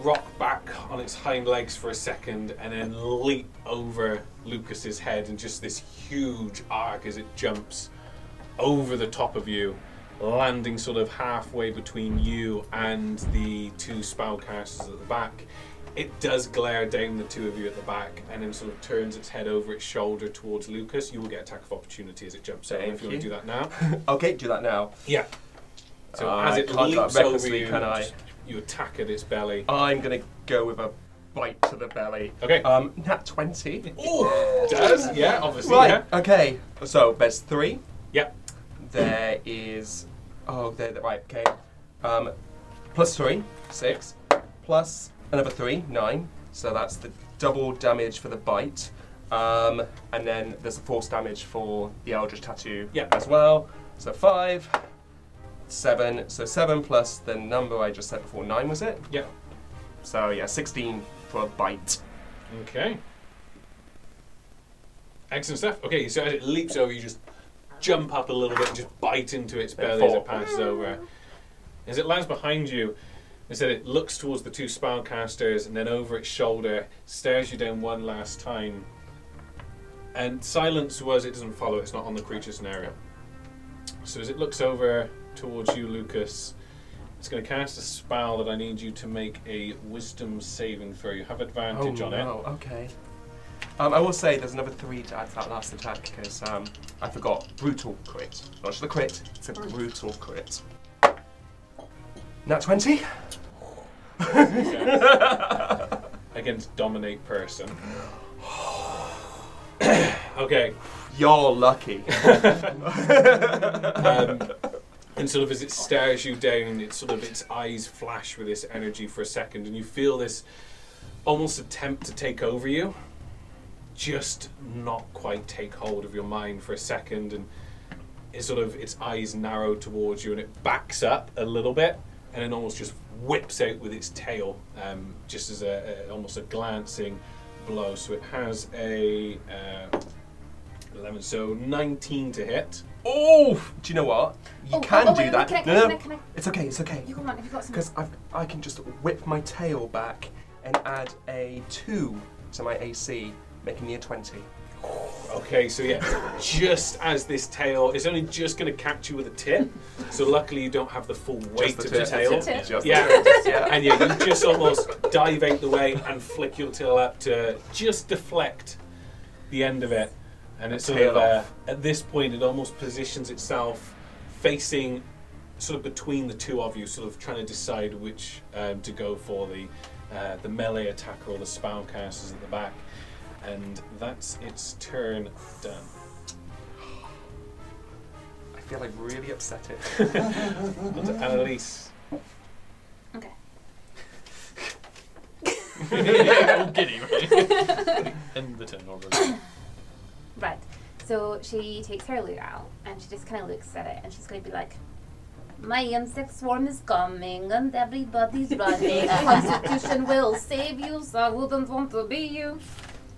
[SPEAKER 8] rock back on its hind legs for a second and then leap over Lucas's head and just this huge arc as it jumps over the top of you, landing sort of halfway between you and the two spellcasters at the back. It does glare down the two of you at the back and then sort of turns its head over its shoulder towards Lucas. You will get attack of opportunity as it jumps over
[SPEAKER 4] Thank
[SPEAKER 8] if you, want to
[SPEAKER 4] you.
[SPEAKER 8] do that now.
[SPEAKER 4] Okay, do that now.
[SPEAKER 8] Yeah. So
[SPEAKER 4] Uh,
[SPEAKER 8] as
[SPEAKER 4] I
[SPEAKER 8] it
[SPEAKER 4] can't do that
[SPEAKER 8] leaps over
[SPEAKER 4] recklessly,
[SPEAKER 8] you,
[SPEAKER 4] can I? Oh,
[SPEAKER 8] just- you attack at its belly.
[SPEAKER 4] I'm gonna go with a bite to the belly.
[SPEAKER 8] Okay.
[SPEAKER 4] Um, nat 20.
[SPEAKER 8] Ooh, does yeah, obviously.
[SPEAKER 4] Right, okay. So, there's three.
[SPEAKER 8] Yeah.
[SPEAKER 4] There is. Oh, there, there- right, okay. Um, plus three, six. Plus another three, nine. So that's the double damage for the bite. Um, and then there's a force damage for the Eldritch Tattoo
[SPEAKER 8] Yeah.
[SPEAKER 4] as well. So five, seven. So seven plus the number I just said before, nine was it?
[SPEAKER 8] Yeah.
[SPEAKER 4] So yeah, 16 for a bite.
[SPEAKER 8] Yeah. Okay. Excellent stuff. Okay, so as it leaps over, you just jump up a little bit and just bite into its
[SPEAKER 4] Then
[SPEAKER 8] belly as it
[SPEAKER 4] fall.
[SPEAKER 8] passes over. As it lands behind you, instead it looks towards the two spellcasters and then over its shoulder, stares you down one last time. And silence was it doesn't follow, it's not on the creature scenario. So as it looks over towards you, Lucas, it's going to cast a spell that I need you to make a wisdom saving throw. You have advantage
[SPEAKER 4] oh,
[SPEAKER 8] on
[SPEAKER 4] no. Okay. Um, I will say there's another three to add to that last attack because um, I forgot brutal crit. Not just a crit, it's a brutal crit. Nat twenty.
[SPEAKER 8] it against dominate person. okay,
[SPEAKER 4] You're lucky.
[SPEAKER 8] um, and sort of as it stares you down, it sort of its eyes flash with this energy for a second, and you feel this almost attempt to take over you, just not quite take hold of your mind for a second, and it sort of its eyes narrow towards you, and it backs up a little bit, and then almost just whips out with its tail, um, just as a, a almost a glancing blow. So it has a uh, eleven, so nineteen to hit.
[SPEAKER 4] oh, do you know what? You
[SPEAKER 7] Oh,
[SPEAKER 4] can
[SPEAKER 7] oh, oh,
[SPEAKER 4] do
[SPEAKER 7] wait,
[SPEAKER 4] that.
[SPEAKER 7] Can I, can,
[SPEAKER 4] no, no,
[SPEAKER 7] I, can, I, can I?
[SPEAKER 4] it's okay. It's okay.
[SPEAKER 7] You go on. Have you got some?
[SPEAKER 4] Because I I can just whip my tail back and add a two to my AC, making me a twenty.
[SPEAKER 8] Okay, so yeah, just as this tail, it's only just going to catch you with a tip. So luckily, you don't have the full weight
[SPEAKER 4] the
[SPEAKER 8] of the
[SPEAKER 4] tip.
[SPEAKER 8] tail.
[SPEAKER 7] Tip.
[SPEAKER 4] Just
[SPEAKER 8] Yeah.
[SPEAKER 4] the- yeah.
[SPEAKER 8] And yeah, you just almost dive out the way and flick your tail up to just deflect the end of it. And it's sort
[SPEAKER 4] Tail
[SPEAKER 8] of uh, at this point, it almost positions itself facing sort of between the two of you, sort of trying to decide which um, to go for the uh, the melee attacker or the spellcasters at the back, and that's its turn done.
[SPEAKER 4] I feel like really upset it.
[SPEAKER 8] On to Annalise.
[SPEAKER 7] Okay.
[SPEAKER 5] yeah, all giddy, right? End the turn already.
[SPEAKER 7] Right. So she takes her lute out and she just kind of looks at it and she's going to be like, My insect swarm is coming and everybody's running. Constitution will save you, so I wouldn't want to be you.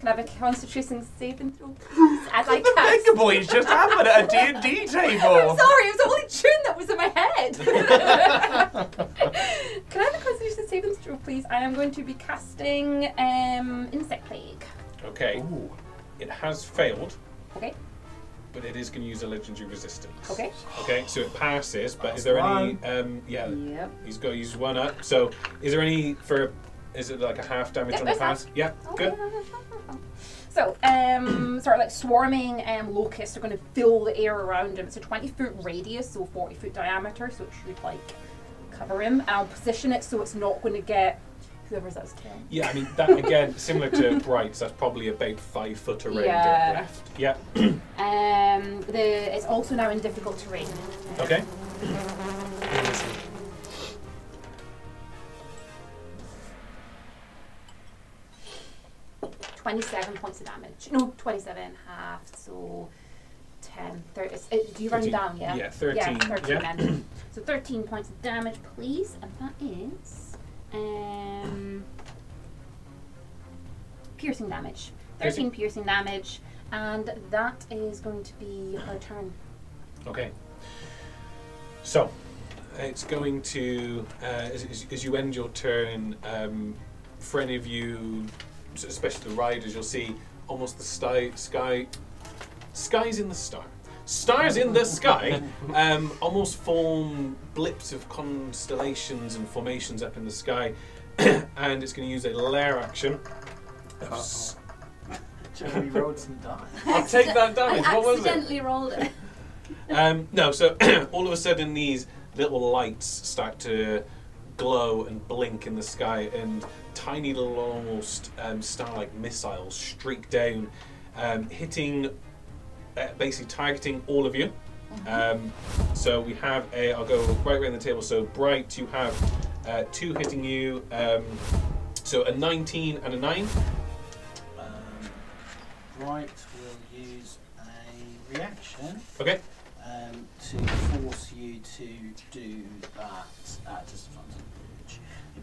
[SPEAKER 7] Can I have a Constitution saving throw, please? As I cast.
[SPEAKER 4] Mega boys just happened at a D&D table.
[SPEAKER 7] I'm sorry, it was the only tune that was in my head. Can I have a Constitution saving throw, please? I am going to be casting um, Insect Plague.
[SPEAKER 8] Okay,
[SPEAKER 4] Ooh.
[SPEAKER 8] it has failed,
[SPEAKER 7] Okay,
[SPEAKER 8] but it is going to use a legendary resistance.
[SPEAKER 7] okay.
[SPEAKER 8] Okay, so it passes, but is there any? Um, yeah,
[SPEAKER 3] Yep.
[SPEAKER 8] he's got to use one up. So is there any for? Is it like a half damage
[SPEAKER 7] Yeah,
[SPEAKER 8] on the
[SPEAKER 7] there's
[SPEAKER 8] pass? Yeah,
[SPEAKER 7] Okay,
[SPEAKER 8] good.
[SPEAKER 7] no, no, no, no. So, um, sort of like swarming um, locusts are going to fill the air around him. It's a 20 foot radius, so 40 foot diameter, so it should like cover him. And I'll position it so it's not going to get whoever's that's killing.
[SPEAKER 8] Yeah, I mean that again, similar to Bright's. That's probably about five foot around
[SPEAKER 7] Yeah.
[SPEAKER 8] left. Yeah.
[SPEAKER 7] Um, the, it's also now in difficult terrain.
[SPEAKER 8] Okay.
[SPEAKER 7] Twenty-seven points of damage. No, twenty-seven and a half. So ten. Thirty. it's- it- do you run
[SPEAKER 8] 13.
[SPEAKER 7] down? Yeah.
[SPEAKER 8] Yeah, 13,
[SPEAKER 7] Yeah, thirteen.
[SPEAKER 8] yeah.
[SPEAKER 7] Then. So thirteen points of damage, please, and that is um, piercing damage. Thirteen piercing
[SPEAKER 8] Piercing.
[SPEAKER 7] damage, and that is going to be her turn.
[SPEAKER 8] Okay. So, it's going to uh, as, as- as you end your turn. Um, for any of you, s- especially the riders, you'll see almost the sky, sky, skies in the star, stars in the sky, um, almost form blips of constellations and formations up in the sky, and it's going to use a lair action. of s-
[SPEAKER 2] Jeremy rolled some dice.
[SPEAKER 8] I'll take that damage.
[SPEAKER 6] I
[SPEAKER 8] What was it?
[SPEAKER 6] accidentally rolled it.
[SPEAKER 8] Um, no, so all of a sudden these little lights start to glow and blink in the sky, and tiny little almost um, star-like missiles streak down, um, hitting, uh, basically targeting all of you. Um, so we have a. I'll go right around the table. So bright, you have uh, two hitting you. Um, so a 19 and a 9.
[SPEAKER 2] Um, right, we'll use a reaction
[SPEAKER 8] Okay.
[SPEAKER 2] um, to force you to do that at disadvantage.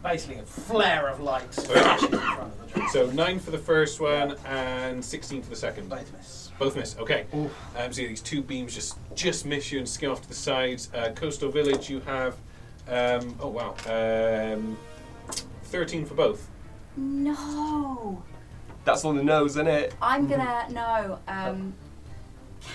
[SPEAKER 2] Basically, a flare of light flashes in front of the dragon.
[SPEAKER 8] So 9 for the first one and 16 for the second.
[SPEAKER 2] Both miss.
[SPEAKER 8] Both miss. Okay.
[SPEAKER 2] Oof.
[SPEAKER 8] Um, so these two beams just just miss you and skim off to the sides. Uh, Coastal Village, you have. Um, oh wow. Um, Thirteen for both.
[SPEAKER 6] No,
[SPEAKER 4] That's on the nose, isn't it?
[SPEAKER 6] I'm gonna
[SPEAKER 2] Mm-hmm.
[SPEAKER 6] no. Um,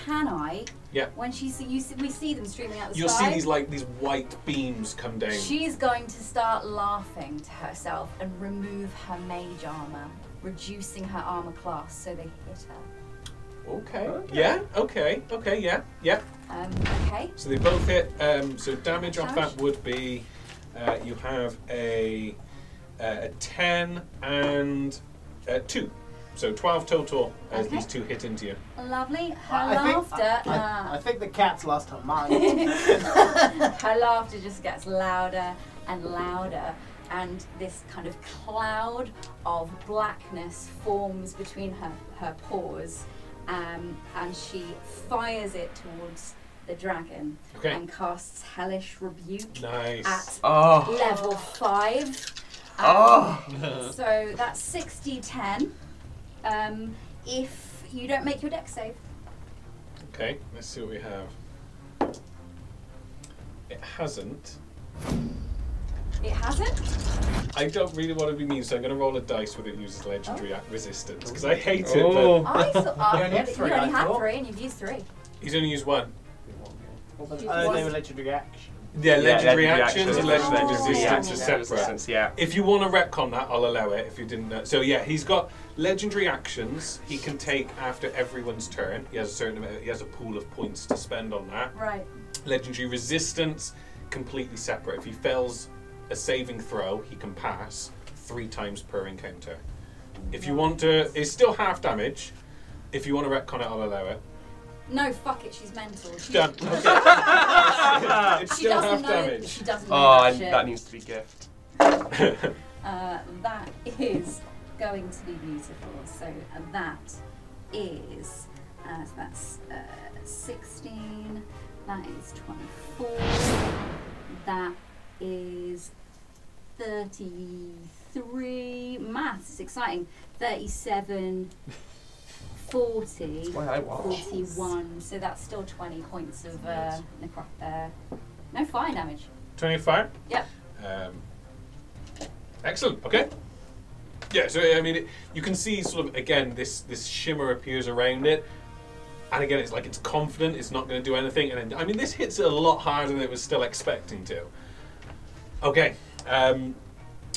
[SPEAKER 6] can I?
[SPEAKER 8] Yeah.
[SPEAKER 6] When she see you, see, we see them streaming out the
[SPEAKER 8] You'll
[SPEAKER 6] sky.
[SPEAKER 8] see these like these white beams come down.
[SPEAKER 6] She's going to start laughing to herself and remove her mage armor, reducing her armor class so they hit her.
[SPEAKER 8] okay. Yeah. Okay. Okay. Yeah. Yeah.
[SPEAKER 6] Um, okay.
[SPEAKER 8] So they both hit. Um, so damage off
[SPEAKER 6] Damage.
[SPEAKER 8] that would be. Uh, you have a uh, a ten and uh, two. So twelve total as
[SPEAKER 6] Okay.
[SPEAKER 8] these two hit into you.
[SPEAKER 6] Lovely. Her
[SPEAKER 2] I- I think-
[SPEAKER 6] laughter.
[SPEAKER 2] I,
[SPEAKER 6] uh,
[SPEAKER 2] I think the cat's lost her mind.
[SPEAKER 6] Her laughter just gets louder and louder, and this kind of cloud of blackness forms between her, her paws, um, and she fires it towards the dragon
[SPEAKER 8] Okay.
[SPEAKER 6] and casts Hellish Rebuke
[SPEAKER 8] Nice.
[SPEAKER 6] at
[SPEAKER 4] Oh.
[SPEAKER 6] level 5. Um,
[SPEAKER 4] Oh.
[SPEAKER 6] So that's 60 10. Um, if you don't make your deck save,
[SPEAKER 8] Okay, let's see what we have. It hasn't.
[SPEAKER 6] it hasn't.
[SPEAKER 8] I don't really want to be mean, so I'm going to roll a dice with it uses legendary act resistance because I hate it.
[SPEAKER 4] Oh.
[SPEAKER 8] But
[SPEAKER 6] I thought
[SPEAKER 2] You only had
[SPEAKER 6] you
[SPEAKER 2] three,
[SPEAKER 6] only
[SPEAKER 2] I
[SPEAKER 6] had
[SPEAKER 2] thought.
[SPEAKER 6] three, and you've used three.
[SPEAKER 8] he's only used one.
[SPEAKER 2] oh, they were legendary action.
[SPEAKER 8] Yeah,
[SPEAKER 4] legendary
[SPEAKER 8] legendary actions
[SPEAKER 4] actions.
[SPEAKER 8] and legendary
[SPEAKER 6] Oh.
[SPEAKER 8] resistance
[SPEAKER 2] Yeah.
[SPEAKER 8] are separate.
[SPEAKER 4] Yeah.
[SPEAKER 8] If you want to retcon that, I'll allow it. If you didn't know, so yeah, he's got legendary actions he can take after everyone's turn. He has a certain amount. He has a pool of points to spend on that.
[SPEAKER 6] Right.
[SPEAKER 8] Legendary resistance completely separate. If he fails a saving throw, he can pass three times per encounter. If you want to, it's still half damage. If you want to retcon it, I'll allow it.
[SPEAKER 6] No, fuck it, she's mental. She,
[SPEAKER 8] Done. it's
[SPEAKER 6] she
[SPEAKER 8] still half
[SPEAKER 6] doesn't know.
[SPEAKER 8] damage.
[SPEAKER 6] She doesn't know
[SPEAKER 4] Oh,
[SPEAKER 6] that
[SPEAKER 4] and
[SPEAKER 6] shit.
[SPEAKER 4] that needs to be gift.
[SPEAKER 6] Uh, that is going to be beautiful. So uh, that is uh, so that's uh, 16. That is 24. That is 33. Maths is exciting. 37. 40.
[SPEAKER 4] Why I watch.
[SPEAKER 6] 41. So that's still 20 points of uh, necro- uh, no fire damage.
[SPEAKER 8] 25?
[SPEAKER 6] Yep.
[SPEAKER 8] Um, excellent. Okay. Yeah. So I mean, it, you can see sort of again this this shimmer appears around it, and again it's like it's confident, it's not going to do anything, and then, I mean this hits it a lot harder than it was still expecting to. Okay. Um,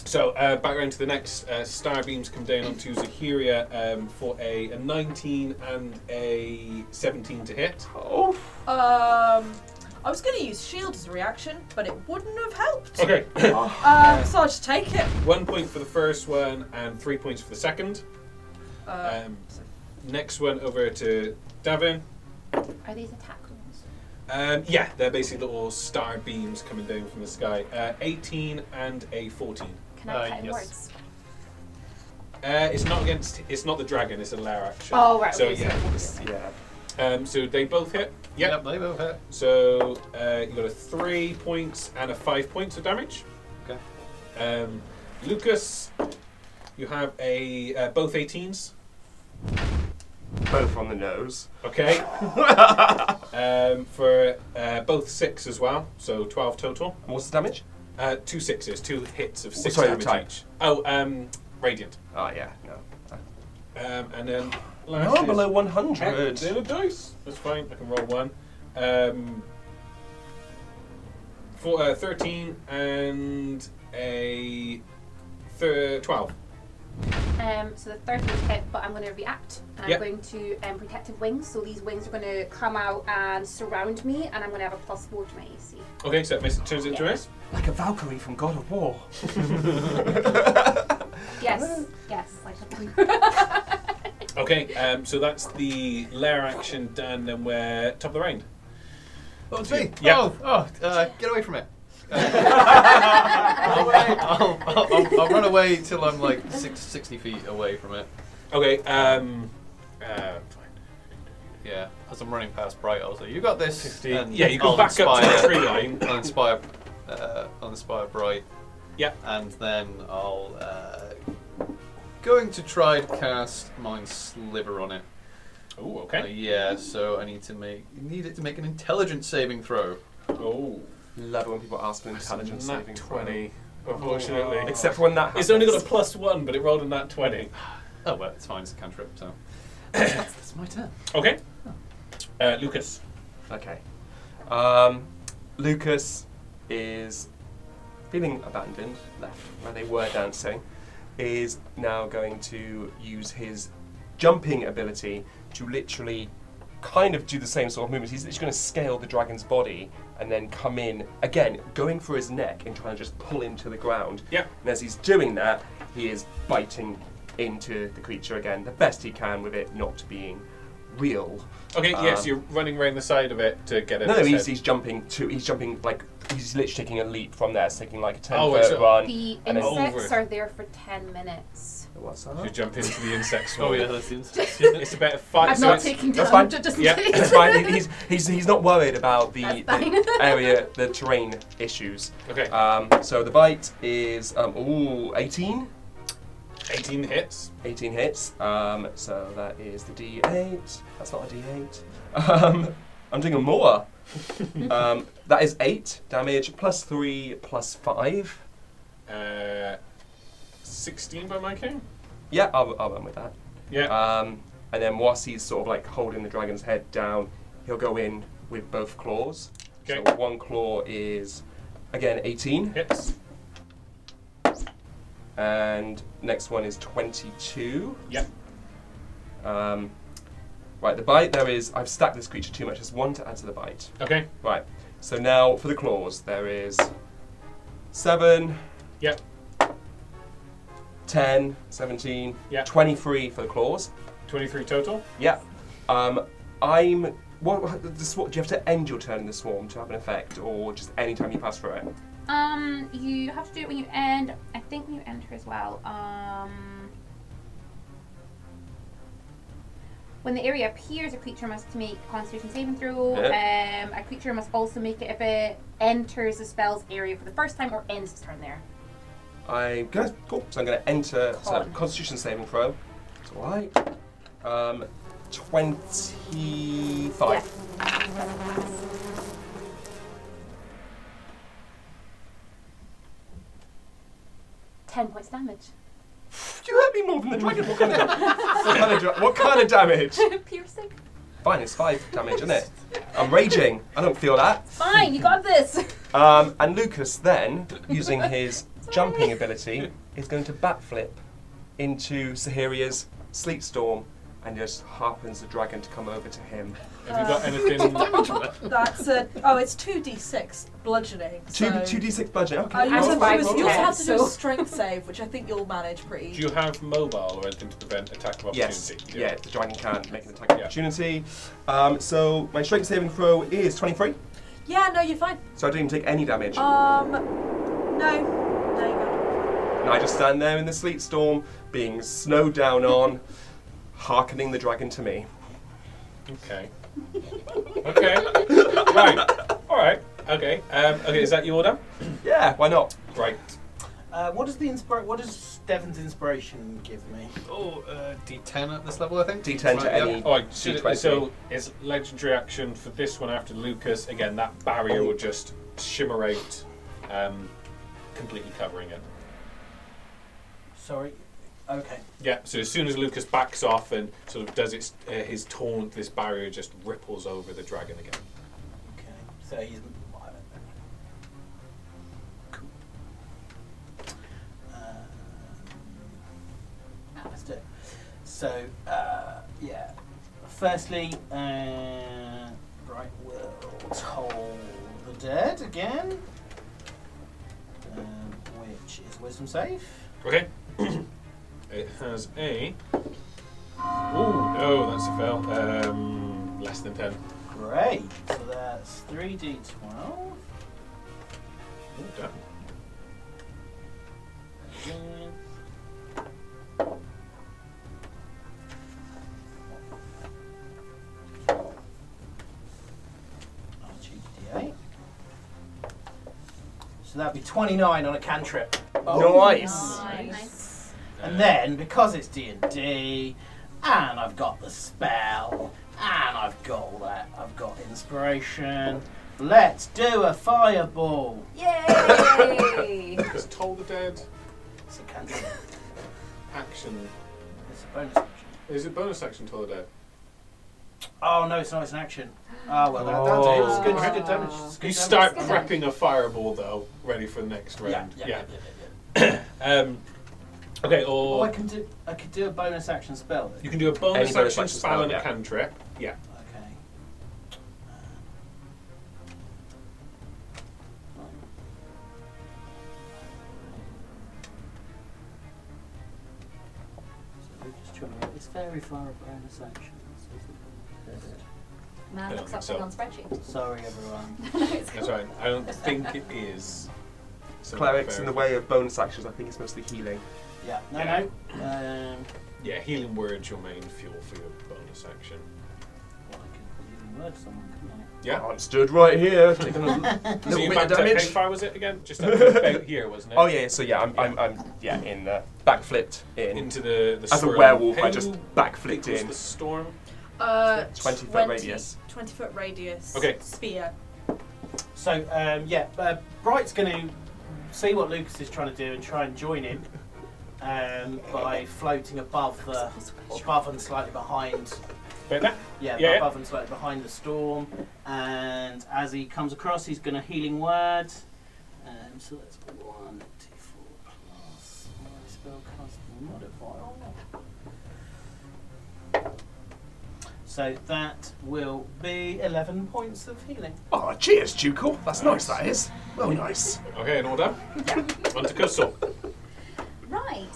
[SPEAKER 8] so uh, back around to the next uh, star beams come down onto Zahiria um, for a, a 19 and a 17 to hit.
[SPEAKER 4] Oh,
[SPEAKER 1] Um, I was going to use shield as a reaction, but it wouldn't have helped.
[SPEAKER 8] Okay.
[SPEAKER 1] Um, so I'll just take it.
[SPEAKER 8] One point for the first one and three points for the second.
[SPEAKER 1] Uh,
[SPEAKER 8] Um,
[SPEAKER 1] so-
[SPEAKER 8] next one over to Davin.
[SPEAKER 7] Are these attack rolls?
[SPEAKER 8] Um, yeah, they're basically little star beams coming down from the sky. Uh, 18 and a 14.
[SPEAKER 7] Can I
[SPEAKER 5] Uh,
[SPEAKER 7] type
[SPEAKER 5] yes.
[SPEAKER 7] words?
[SPEAKER 8] Uh, it's not against. It's not the dragon. It's a lair action.
[SPEAKER 7] Oh, right.
[SPEAKER 8] So
[SPEAKER 7] okay,
[SPEAKER 8] yeah.
[SPEAKER 4] yeah.
[SPEAKER 8] Um, so they both hit. Yep.
[SPEAKER 5] they both hit.
[SPEAKER 8] So uh, you got a three points and a five points of damage.
[SPEAKER 5] Okay.
[SPEAKER 8] Um, Lucas, you have a uh, both 18s.
[SPEAKER 4] Both on the nose.
[SPEAKER 8] Okay. um, for uh, both six as well, so 12 total.
[SPEAKER 4] And what's the damage?
[SPEAKER 8] Uh, two sixes, two hits of six
[SPEAKER 4] sorry, the
[SPEAKER 8] damage
[SPEAKER 4] type.
[SPEAKER 8] each. Oh, um, radiant.
[SPEAKER 4] Oh, yeah, no.
[SPEAKER 8] Um, and then
[SPEAKER 4] No,
[SPEAKER 8] last
[SPEAKER 4] I'm
[SPEAKER 8] is-
[SPEAKER 4] below
[SPEAKER 8] Heck,
[SPEAKER 4] 100.
[SPEAKER 8] then a dice. That's fine. I can roll one. Um, four, uh, 13 and a thir- 12.
[SPEAKER 3] Um, so the third one's hit, but I'm going to react. And
[SPEAKER 8] Yep.
[SPEAKER 3] I'm going to um, protective wings. So these wings are going to come out and surround me, and I'm going to have a plus four to my AC.
[SPEAKER 8] Okay, so that makes, turns it into a miss.
[SPEAKER 4] Like a Valkyrie from God of War.
[SPEAKER 6] Yes, yes.
[SPEAKER 8] Okay, um, so that's the lair action done, and we're top of the round.
[SPEAKER 5] Oh, it's me.
[SPEAKER 8] Yeah.
[SPEAKER 5] Oh, oh uh, get away from it. I'll, I'll, I'll, I'll, I'll run away till I'm like six, 60 feet away from it.
[SPEAKER 8] Okay, um, uh, fine.
[SPEAKER 5] Yeah, as I'm running past Bright, I was like, "You got this." and
[SPEAKER 8] yeah, you go
[SPEAKER 5] I'll
[SPEAKER 8] back up to the
[SPEAKER 5] inspire-
[SPEAKER 8] tree line.
[SPEAKER 5] I'll inspire, uh, I'll inspire Bright.
[SPEAKER 8] Yeah.
[SPEAKER 5] And then I'll uh, going to try and cast Mind Sliver on it.
[SPEAKER 8] Oh,
[SPEAKER 5] Uh,
[SPEAKER 8] okay.
[SPEAKER 5] yeah, so I need to make need it to make an intelligence saving throw.
[SPEAKER 8] Oh,
[SPEAKER 4] Love it when people ask for an intelligence
[SPEAKER 8] intelligence
[SPEAKER 4] saving throw.
[SPEAKER 8] nat 20, unfortunately.
[SPEAKER 4] Except for when that happens.
[SPEAKER 8] Oh. It's only got a plus one, but it rolled a nat 20.
[SPEAKER 5] Oh well, it's fine. It's a cantrip, so that's, that's my turn.
[SPEAKER 8] Okay. Uh, Lucas.
[SPEAKER 4] Okay. Um, Lucas is feeling abandoned, left where they were dancing, is now going to use his jumping ability to literally kind of do the same sort of movements. He's literally going to scale the dragon's body and then come in, again, going for his neck and trying to just pull him to the ground.
[SPEAKER 8] Yeah.
[SPEAKER 4] And as he's doing that, he is biting into the creature again, the best he can with it not being real.
[SPEAKER 8] Okay, yes,
[SPEAKER 4] Um,
[SPEAKER 8] you're running around the side of it to get it.
[SPEAKER 4] No, he's, he's jumping to. He's jumping like he's literally taking a leap from there, so taking like a ten
[SPEAKER 8] Oh,
[SPEAKER 4] foot
[SPEAKER 8] it's a-
[SPEAKER 4] run.
[SPEAKER 7] The
[SPEAKER 4] and then-
[SPEAKER 7] insects
[SPEAKER 8] Over.
[SPEAKER 7] are there for 10 minutes.
[SPEAKER 4] What's
[SPEAKER 8] You
[SPEAKER 4] that?
[SPEAKER 8] jump into the insect
[SPEAKER 5] Oh
[SPEAKER 8] swarm.
[SPEAKER 5] yeah, that's the
[SPEAKER 8] It's about five.
[SPEAKER 3] I'm
[SPEAKER 8] so
[SPEAKER 3] not
[SPEAKER 8] it's-
[SPEAKER 3] taking
[SPEAKER 4] that's
[SPEAKER 3] down,
[SPEAKER 4] fine.
[SPEAKER 3] ju- just in
[SPEAKER 8] Yeah,
[SPEAKER 3] case.
[SPEAKER 4] It's fine. He's, he's he's not worried about the,
[SPEAKER 7] That's
[SPEAKER 4] the area, the terrain issues.
[SPEAKER 8] Okay,
[SPEAKER 4] Um, so the bite is um, ooh 18.
[SPEAKER 8] 18 hits.
[SPEAKER 4] 18 hits. Um, so that is the D8. That's not a D8. Um, I'm doing a more. um, that is eight damage plus three plus five.
[SPEAKER 8] Uh, 16 by my count?
[SPEAKER 4] Yeah, I'll, I'll run with that.
[SPEAKER 8] Yeah.
[SPEAKER 4] Um, and then whilst he's sort of like holding the dragon's head down, he'll go in with both claws.
[SPEAKER 8] Okay.
[SPEAKER 4] So one claw is again 18,
[SPEAKER 8] hits.
[SPEAKER 4] and next one is 22.
[SPEAKER 8] Yeah.
[SPEAKER 4] Um, right, the bite there is. I've stacked this creature too much. There's one to add to the bite.
[SPEAKER 8] Okay.
[SPEAKER 4] Right. So now for the claws, there is seven.
[SPEAKER 8] Yep.
[SPEAKER 4] 10, 17,
[SPEAKER 8] Yep.
[SPEAKER 4] 23 for the claws.
[SPEAKER 8] 23 total.
[SPEAKER 4] Yeah. Um, I'm. What, the swarm, do you have to end your turn in the swarm to have an effect, or just any time you pass through it?
[SPEAKER 3] Um, you have to do it when you end. I think when you enter as well. Um, when the area appears, a creature must make a Constitution saving throw. Um, a creature must also make it if it enters the spell's area for the first time or ends its turn there.
[SPEAKER 4] I'm gonna cool. So I'm gonna enter so
[SPEAKER 3] Con.
[SPEAKER 4] Constitution saving throw. It's alright. Um, twenty-five.
[SPEAKER 7] Ten points damage.
[SPEAKER 4] You hurt me more than the dragon. What kind of, what kind of, dra- what kind of damage?
[SPEAKER 3] Piercing.
[SPEAKER 4] Fine, it's five damage, isn't it? I'm raging. I don't feel that.
[SPEAKER 3] Fine, you got this.
[SPEAKER 4] Um, and Lucas then, using his jumping ability, is going to backflip into Sahiria's sleep storm and just harpens the dragon to come over to him.
[SPEAKER 8] Have you got anything?
[SPEAKER 1] That's a. Oh, it's 2d6 bludgeoning.
[SPEAKER 4] Two,
[SPEAKER 1] so-
[SPEAKER 4] two d6 budget. Okay.
[SPEAKER 1] Uh, you
[SPEAKER 3] I
[SPEAKER 1] also
[SPEAKER 3] was
[SPEAKER 1] have to do
[SPEAKER 3] five
[SPEAKER 1] a- you also
[SPEAKER 3] roll
[SPEAKER 1] have to do
[SPEAKER 3] ten,
[SPEAKER 1] a
[SPEAKER 3] so-
[SPEAKER 1] strength save, which I think you'll manage pretty.
[SPEAKER 8] Do you have mobile or anything to prevent attack of opportunity?
[SPEAKER 4] Yes.
[SPEAKER 8] You do.
[SPEAKER 4] Yeah, the dragon can't make an attack
[SPEAKER 8] Yeah.
[SPEAKER 4] opportunity. Um, so my strength saving throw is 23,
[SPEAKER 1] yeah, no, you're fine.
[SPEAKER 4] so I don't even take any damage.
[SPEAKER 1] Um, no, no, you don't.
[SPEAKER 4] And I just stand there in the sleet storm, being snowed down on, hearkening the dragon to me.
[SPEAKER 8] Okay. okay. right. All right. Okay. Um, okay. Is that your order?
[SPEAKER 4] Yeah, why not?
[SPEAKER 8] Right.
[SPEAKER 2] Uh, what does the inspira- What does Devon's inspiration give me?
[SPEAKER 5] Oh, uh, D10 at this level, I think.
[SPEAKER 4] D10 to
[SPEAKER 5] Right, yeah.
[SPEAKER 4] any.
[SPEAKER 8] Oh, I should,
[SPEAKER 4] D20.
[SPEAKER 8] so it's legendary action for this one after Lucas. Again, that barrier will just shimmer out, um, completely covering it.
[SPEAKER 2] Sorry. Okay.
[SPEAKER 8] Yeah. So as soon as Lucas backs off and sort of does its uh, his taunt, this barrier just ripples over the dragon again.
[SPEAKER 2] Okay. So he's. Cool. Uh, ah, let's do it. So, uh, yeah. Firstly, uh, right, we'll toll the dead again, um, which is wisdom save.
[SPEAKER 8] Okay. it has a. Oh no, that's a fail. Um, less than ten.
[SPEAKER 2] Great. So that's 3d12.
[SPEAKER 8] Ooh, damn.
[SPEAKER 2] Again. I'll choose D8. So that'd be 29 on a cantrip.
[SPEAKER 4] Nice.
[SPEAKER 6] Nice.
[SPEAKER 2] And then, because it's D&D, and I've got the spell, and I've got all that, I've got inspiration, let's do a fireball.
[SPEAKER 6] Yay!
[SPEAKER 8] Because Toll the Dead
[SPEAKER 2] It's a cantrip.
[SPEAKER 8] action.
[SPEAKER 2] It's a bonus action.
[SPEAKER 8] Is it bonus action Toll the Dead?
[SPEAKER 2] Oh no, it's not. It's an action. Oh well, that,
[SPEAKER 4] Oh.
[SPEAKER 2] that deals. Good, it's good damage. It's good
[SPEAKER 8] You
[SPEAKER 2] damage.
[SPEAKER 8] start
[SPEAKER 6] Good
[SPEAKER 8] prepping a fireball though, ready for the next
[SPEAKER 2] Yeah,
[SPEAKER 8] round.
[SPEAKER 2] yeah, yeah. yeah, yeah,
[SPEAKER 8] Um, okay,
[SPEAKER 2] Oh,
[SPEAKER 8] or
[SPEAKER 2] I can do. I could do a bonus action spell.
[SPEAKER 8] you can do a bonus
[SPEAKER 4] bonus
[SPEAKER 8] action
[SPEAKER 4] action
[SPEAKER 8] spell,
[SPEAKER 4] spell,
[SPEAKER 8] and
[SPEAKER 4] yeah.
[SPEAKER 8] a cantrip. Yeah.
[SPEAKER 2] Okay. So we're just trying to- It's very far a bonus action.
[SPEAKER 6] Man looks up
[SPEAKER 8] So-
[SPEAKER 6] on spreadsheet.
[SPEAKER 2] Sorry, everyone.
[SPEAKER 6] No, it's
[SPEAKER 8] That's right. I don't think it is. So
[SPEAKER 4] Clerics in the
[SPEAKER 8] fair.
[SPEAKER 4] way of bonus actions, I think it's mostly healing.
[SPEAKER 2] Yeah. No,
[SPEAKER 8] Yeah.
[SPEAKER 2] no. Um,
[SPEAKER 8] Yeah, healing word's your main fuel for your bonus action.
[SPEAKER 2] well, I can even word someone, couldn't I?
[SPEAKER 8] Yeah.
[SPEAKER 4] I'm stood right here, taking a l-
[SPEAKER 8] so
[SPEAKER 4] little
[SPEAKER 8] you
[SPEAKER 4] bit of
[SPEAKER 8] backed up. How
[SPEAKER 4] damage.
[SPEAKER 8] far was it again? Just up about here, wasn't it?
[SPEAKER 4] Oh yeah, so yeah, I'm, I'm, I'm yeah in the backflipped in.
[SPEAKER 8] Into the, the
[SPEAKER 4] As a
[SPEAKER 8] swirl.
[SPEAKER 4] werewolf, I
[SPEAKER 8] How
[SPEAKER 4] just
[SPEAKER 8] big
[SPEAKER 4] backflipped
[SPEAKER 8] was
[SPEAKER 4] in.
[SPEAKER 8] the storm.
[SPEAKER 1] Uh,
[SPEAKER 4] 20 foot radius.
[SPEAKER 1] 20 foot radius.
[SPEAKER 8] Okay.
[SPEAKER 1] Sphere.
[SPEAKER 2] So um, yeah, uh, Bright's going to see what Lucas is trying to do and try and join him um, by floating above the above and slightly behind.
[SPEAKER 8] About that.
[SPEAKER 2] Yeah,
[SPEAKER 8] Yeah.
[SPEAKER 2] above and slightly behind the storm. And as he comes across, he's going to healing word. Um, so that's one, two, four plus my spellcasting modifier. So that will be 11 points of healing.
[SPEAKER 4] Oh, cheers, Jucal. That's nice, that is. Well, nice.
[SPEAKER 8] Okay, in order. On to Coastal.
[SPEAKER 6] Right,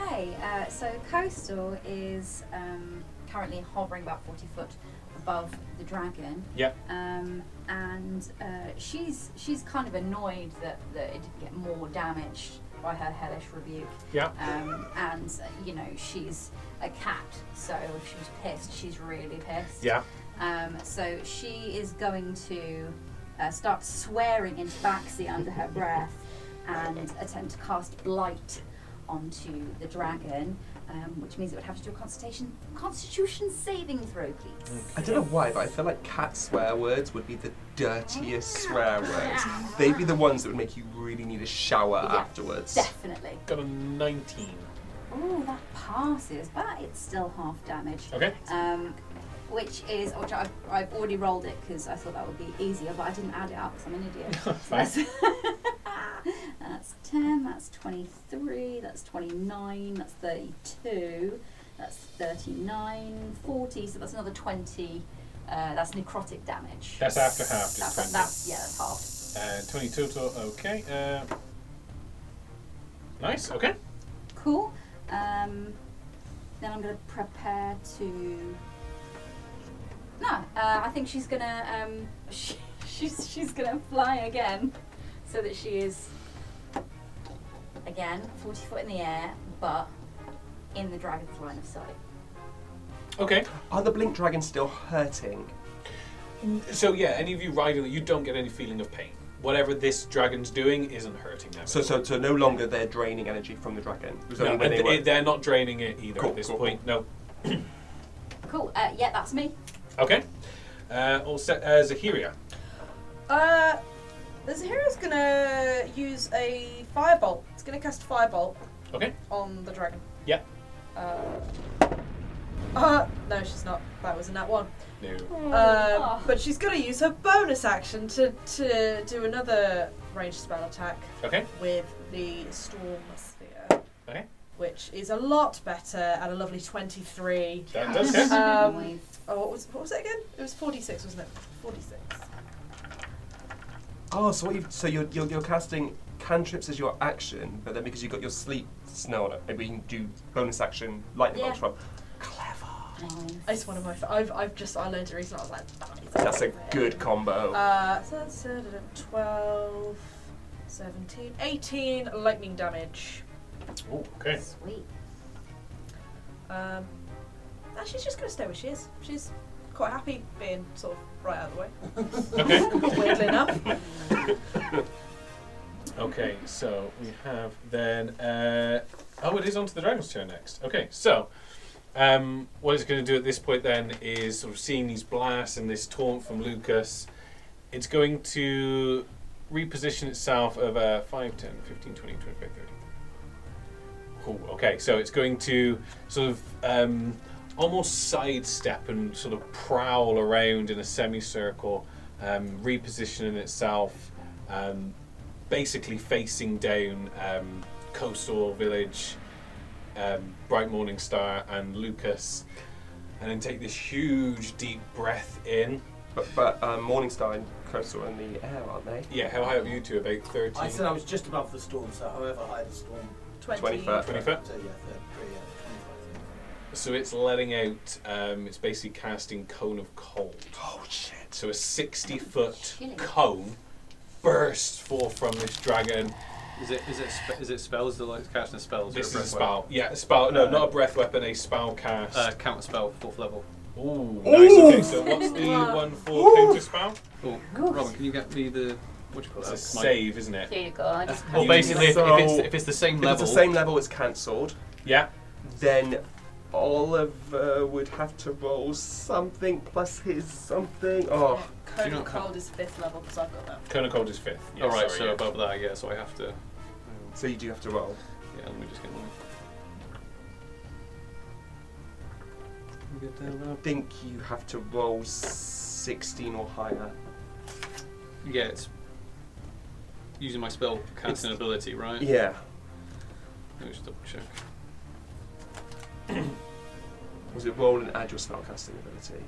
[SPEAKER 6] okay. Uh, so Coastal is um, currently hovering about 40 foot above the dragon.
[SPEAKER 8] Yep.
[SPEAKER 6] Um, and uh, she's she's kind of annoyed that, that it didn't get more damage by her hellish rebuke.
[SPEAKER 8] Yeah.
[SPEAKER 6] Um, and, uh, you know, she's a cat, so if she's pissed, she's really pissed.
[SPEAKER 8] Yeah.
[SPEAKER 6] Um, so she is going to uh, start swearing into Baxi under her breath and attempt to cast Blight onto the dragon, um, which means it would have to do a constitution, constitution saving throw, please.
[SPEAKER 4] I don't know why, but I feel like cat swear words would be the dirtiest swear words. They'd be the ones that would make you really need a shower
[SPEAKER 6] Yeah.
[SPEAKER 4] afterwards.
[SPEAKER 6] Definitely.
[SPEAKER 8] Got a 19.
[SPEAKER 6] Oh, that passes, but it's still half damage.
[SPEAKER 8] Okay.
[SPEAKER 6] Um, which is, which I've, I've already rolled it because I thought that would be easier, but I didn't add it up because I'm an idiot. So that's, that's 10, that's 23, that's 29, that's 32, that's 39, 40, so that's another 20. Uh, that's necrotic damage.
[SPEAKER 8] That's after half, just
[SPEAKER 6] That's,
[SPEAKER 8] 20.
[SPEAKER 6] that's, yeah, that's half.
[SPEAKER 8] Uh, 20 total. Okay. Uh, nice. Okay.
[SPEAKER 6] Cool. Um, then I'm going to prepare to. No, uh, I think she's going to. Um, she, she's she's going to fly again, so that she is again 40 foot in the air, but in the dragon's line of sight.
[SPEAKER 8] Okay.
[SPEAKER 4] Are the blink dragons still hurting?
[SPEAKER 8] So yeah, any of you riding, you don't get any feeling of pain. Whatever this dragon's doing isn't hurting them.
[SPEAKER 4] So, so, so no longer they're draining energy from the dragon. It was
[SPEAKER 8] no,
[SPEAKER 4] only when
[SPEAKER 8] and
[SPEAKER 4] they were.
[SPEAKER 8] they are not draining it either
[SPEAKER 4] Cool,
[SPEAKER 8] at this
[SPEAKER 4] cool,
[SPEAKER 8] point. No.
[SPEAKER 6] Cool. Uh, yeah, that's me.
[SPEAKER 8] Okay. Uh, all set. Uh, Zahiria.
[SPEAKER 1] Uh, the Zahira's gonna use a firebolt. It's gonna cast a firebolt
[SPEAKER 8] Okay.
[SPEAKER 1] on the dragon.
[SPEAKER 8] Yeah.
[SPEAKER 1] Uh, uh, no, she's not. That was in that one.
[SPEAKER 8] No.
[SPEAKER 1] Um, but she's gonna use her bonus action to, to do another ranged spell attack
[SPEAKER 8] Okay.
[SPEAKER 1] with the Storm Sphere.
[SPEAKER 8] Okay.
[SPEAKER 1] Which is a lot better at a lovely 23.
[SPEAKER 8] That does hit.
[SPEAKER 1] Um, oh, what was, what was it again? It was 46, wasn't it? 46.
[SPEAKER 4] Oh, so what you've, so you're, you're you're casting cantrips as your action, but then because you got your sleep snow on it, maybe you can do bonus action lightning
[SPEAKER 6] Yeah.
[SPEAKER 4] bolts from. Clever.
[SPEAKER 1] It's one of my. F- I've, I've just. I learned it recently. I was like, that is
[SPEAKER 4] That's a
[SPEAKER 1] amazing.
[SPEAKER 4] good combo.
[SPEAKER 1] Uh, so that's uh, 12, 17, 18 lightning damage.
[SPEAKER 8] Ooh, okay.
[SPEAKER 6] Sweet.
[SPEAKER 1] Um, and she's just going to stay where she is. She's quite happy being sort of right out of the way.
[SPEAKER 8] Okay.
[SPEAKER 1] Weirdly enough.
[SPEAKER 8] Okay, so we have then. Uh, oh, it is onto the dragon's turn next. Okay, so um, what it's going to do at this point then is sort of seeing these blasts and this taunt from Lucas, it's going to reposition itself over 5, 10, 15, 20, 25, 30. Cool, okay, so it's going to sort of um, almost sidestep and sort of prowl around in a semicircle, um, repositioning itself. Um, basically facing down um, coastal village, um, bright morning star, and Lucas, and then take this huge deep breath in.
[SPEAKER 4] but but um, Morningstar and Crystal are in the air, aren't they?
[SPEAKER 8] Yeah, how high up are you two? About thirteen.
[SPEAKER 9] I said I was just above the storm, so however high the storm,
[SPEAKER 2] uh,
[SPEAKER 1] 20.
[SPEAKER 4] 25.
[SPEAKER 8] Twenty foot.
[SPEAKER 9] so yeah, they're pretty, yeah,
[SPEAKER 8] So it's letting out. Um, it's basically casting cone of cold.
[SPEAKER 4] Oh shit.
[SPEAKER 8] So a sixty-foot
[SPEAKER 6] Chilling.
[SPEAKER 8] cone bursts forth from this dragon.
[SPEAKER 5] Is it is it spe- is it spells that like casting spells? or
[SPEAKER 8] This is a
[SPEAKER 5] breath
[SPEAKER 8] spell. Yeah, a spell. No,
[SPEAKER 5] Uh,
[SPEAKER 8] not a breath weapon. A spell cast.
[SPEAKER 5] weapon? Uh, counter spell fourth level.
[SPEAKER 8] Ooh, nice. Okay, so what's the
[SPEAKER 1] Wow.
[SPEAKER 8] one for counter spell?
[SPEAKER 5] Cool. Oh, Robin, can you get me the what do you call that?
[SPEAKER 8] It's a
[SPEAKER 5] My-
[SPEAKER 8] save, isn't it?
[SPEAKER 3] There you go. I just-
[SPEAKER 5] Well, basically, if, if,
[SPEAKER 4] So-
[SPEAKER 5] it's, if it's the same
[SPEAKER 4] If it's
[SPEAKER 5] level,
[SPEAKER 4] the same level, it's cancelled.
[SPEAKER 8] Yeah.
[SPEAKER 4] Then Oliver would have to roll something plus his something. Oh,
[SPEAKER 5] Do
[SPEAKER 1] Code
[SPEAKER 5] you
[SPEAKER 1] of
[SPEAKER 5] not have-
[SPEAKER 1] Cold is fifth level because I've got that.
[SPEAKER 8] Cone of Cold is fifth. Yeah,
[SPEAKER 5] All right,
[SPEAKER 8] sorry,
[SPEAKER 5] so
[SPEAKER 8] yeah.
[SPEAKER 5] above that, yeah. So I have to.
[SPEAKER 4] so you do have to roll.
[SPEAKER 5] Yeah, let me just get mine. Let me get down
[SPEAKER 4] I think you have to roll 16 or higher.
[SPEAKER 5] there. Yeah, it's using my spell casting
[SPEAKER 4] It's-
[SPEAKER 5] ability, right?
[SPEAKER 4] Yeah.
[SPEAKER 5] Let me just double check.
[SPEAKER 4] Was it roll and add your spellcasting ability
[SPEAKER 5] I, th-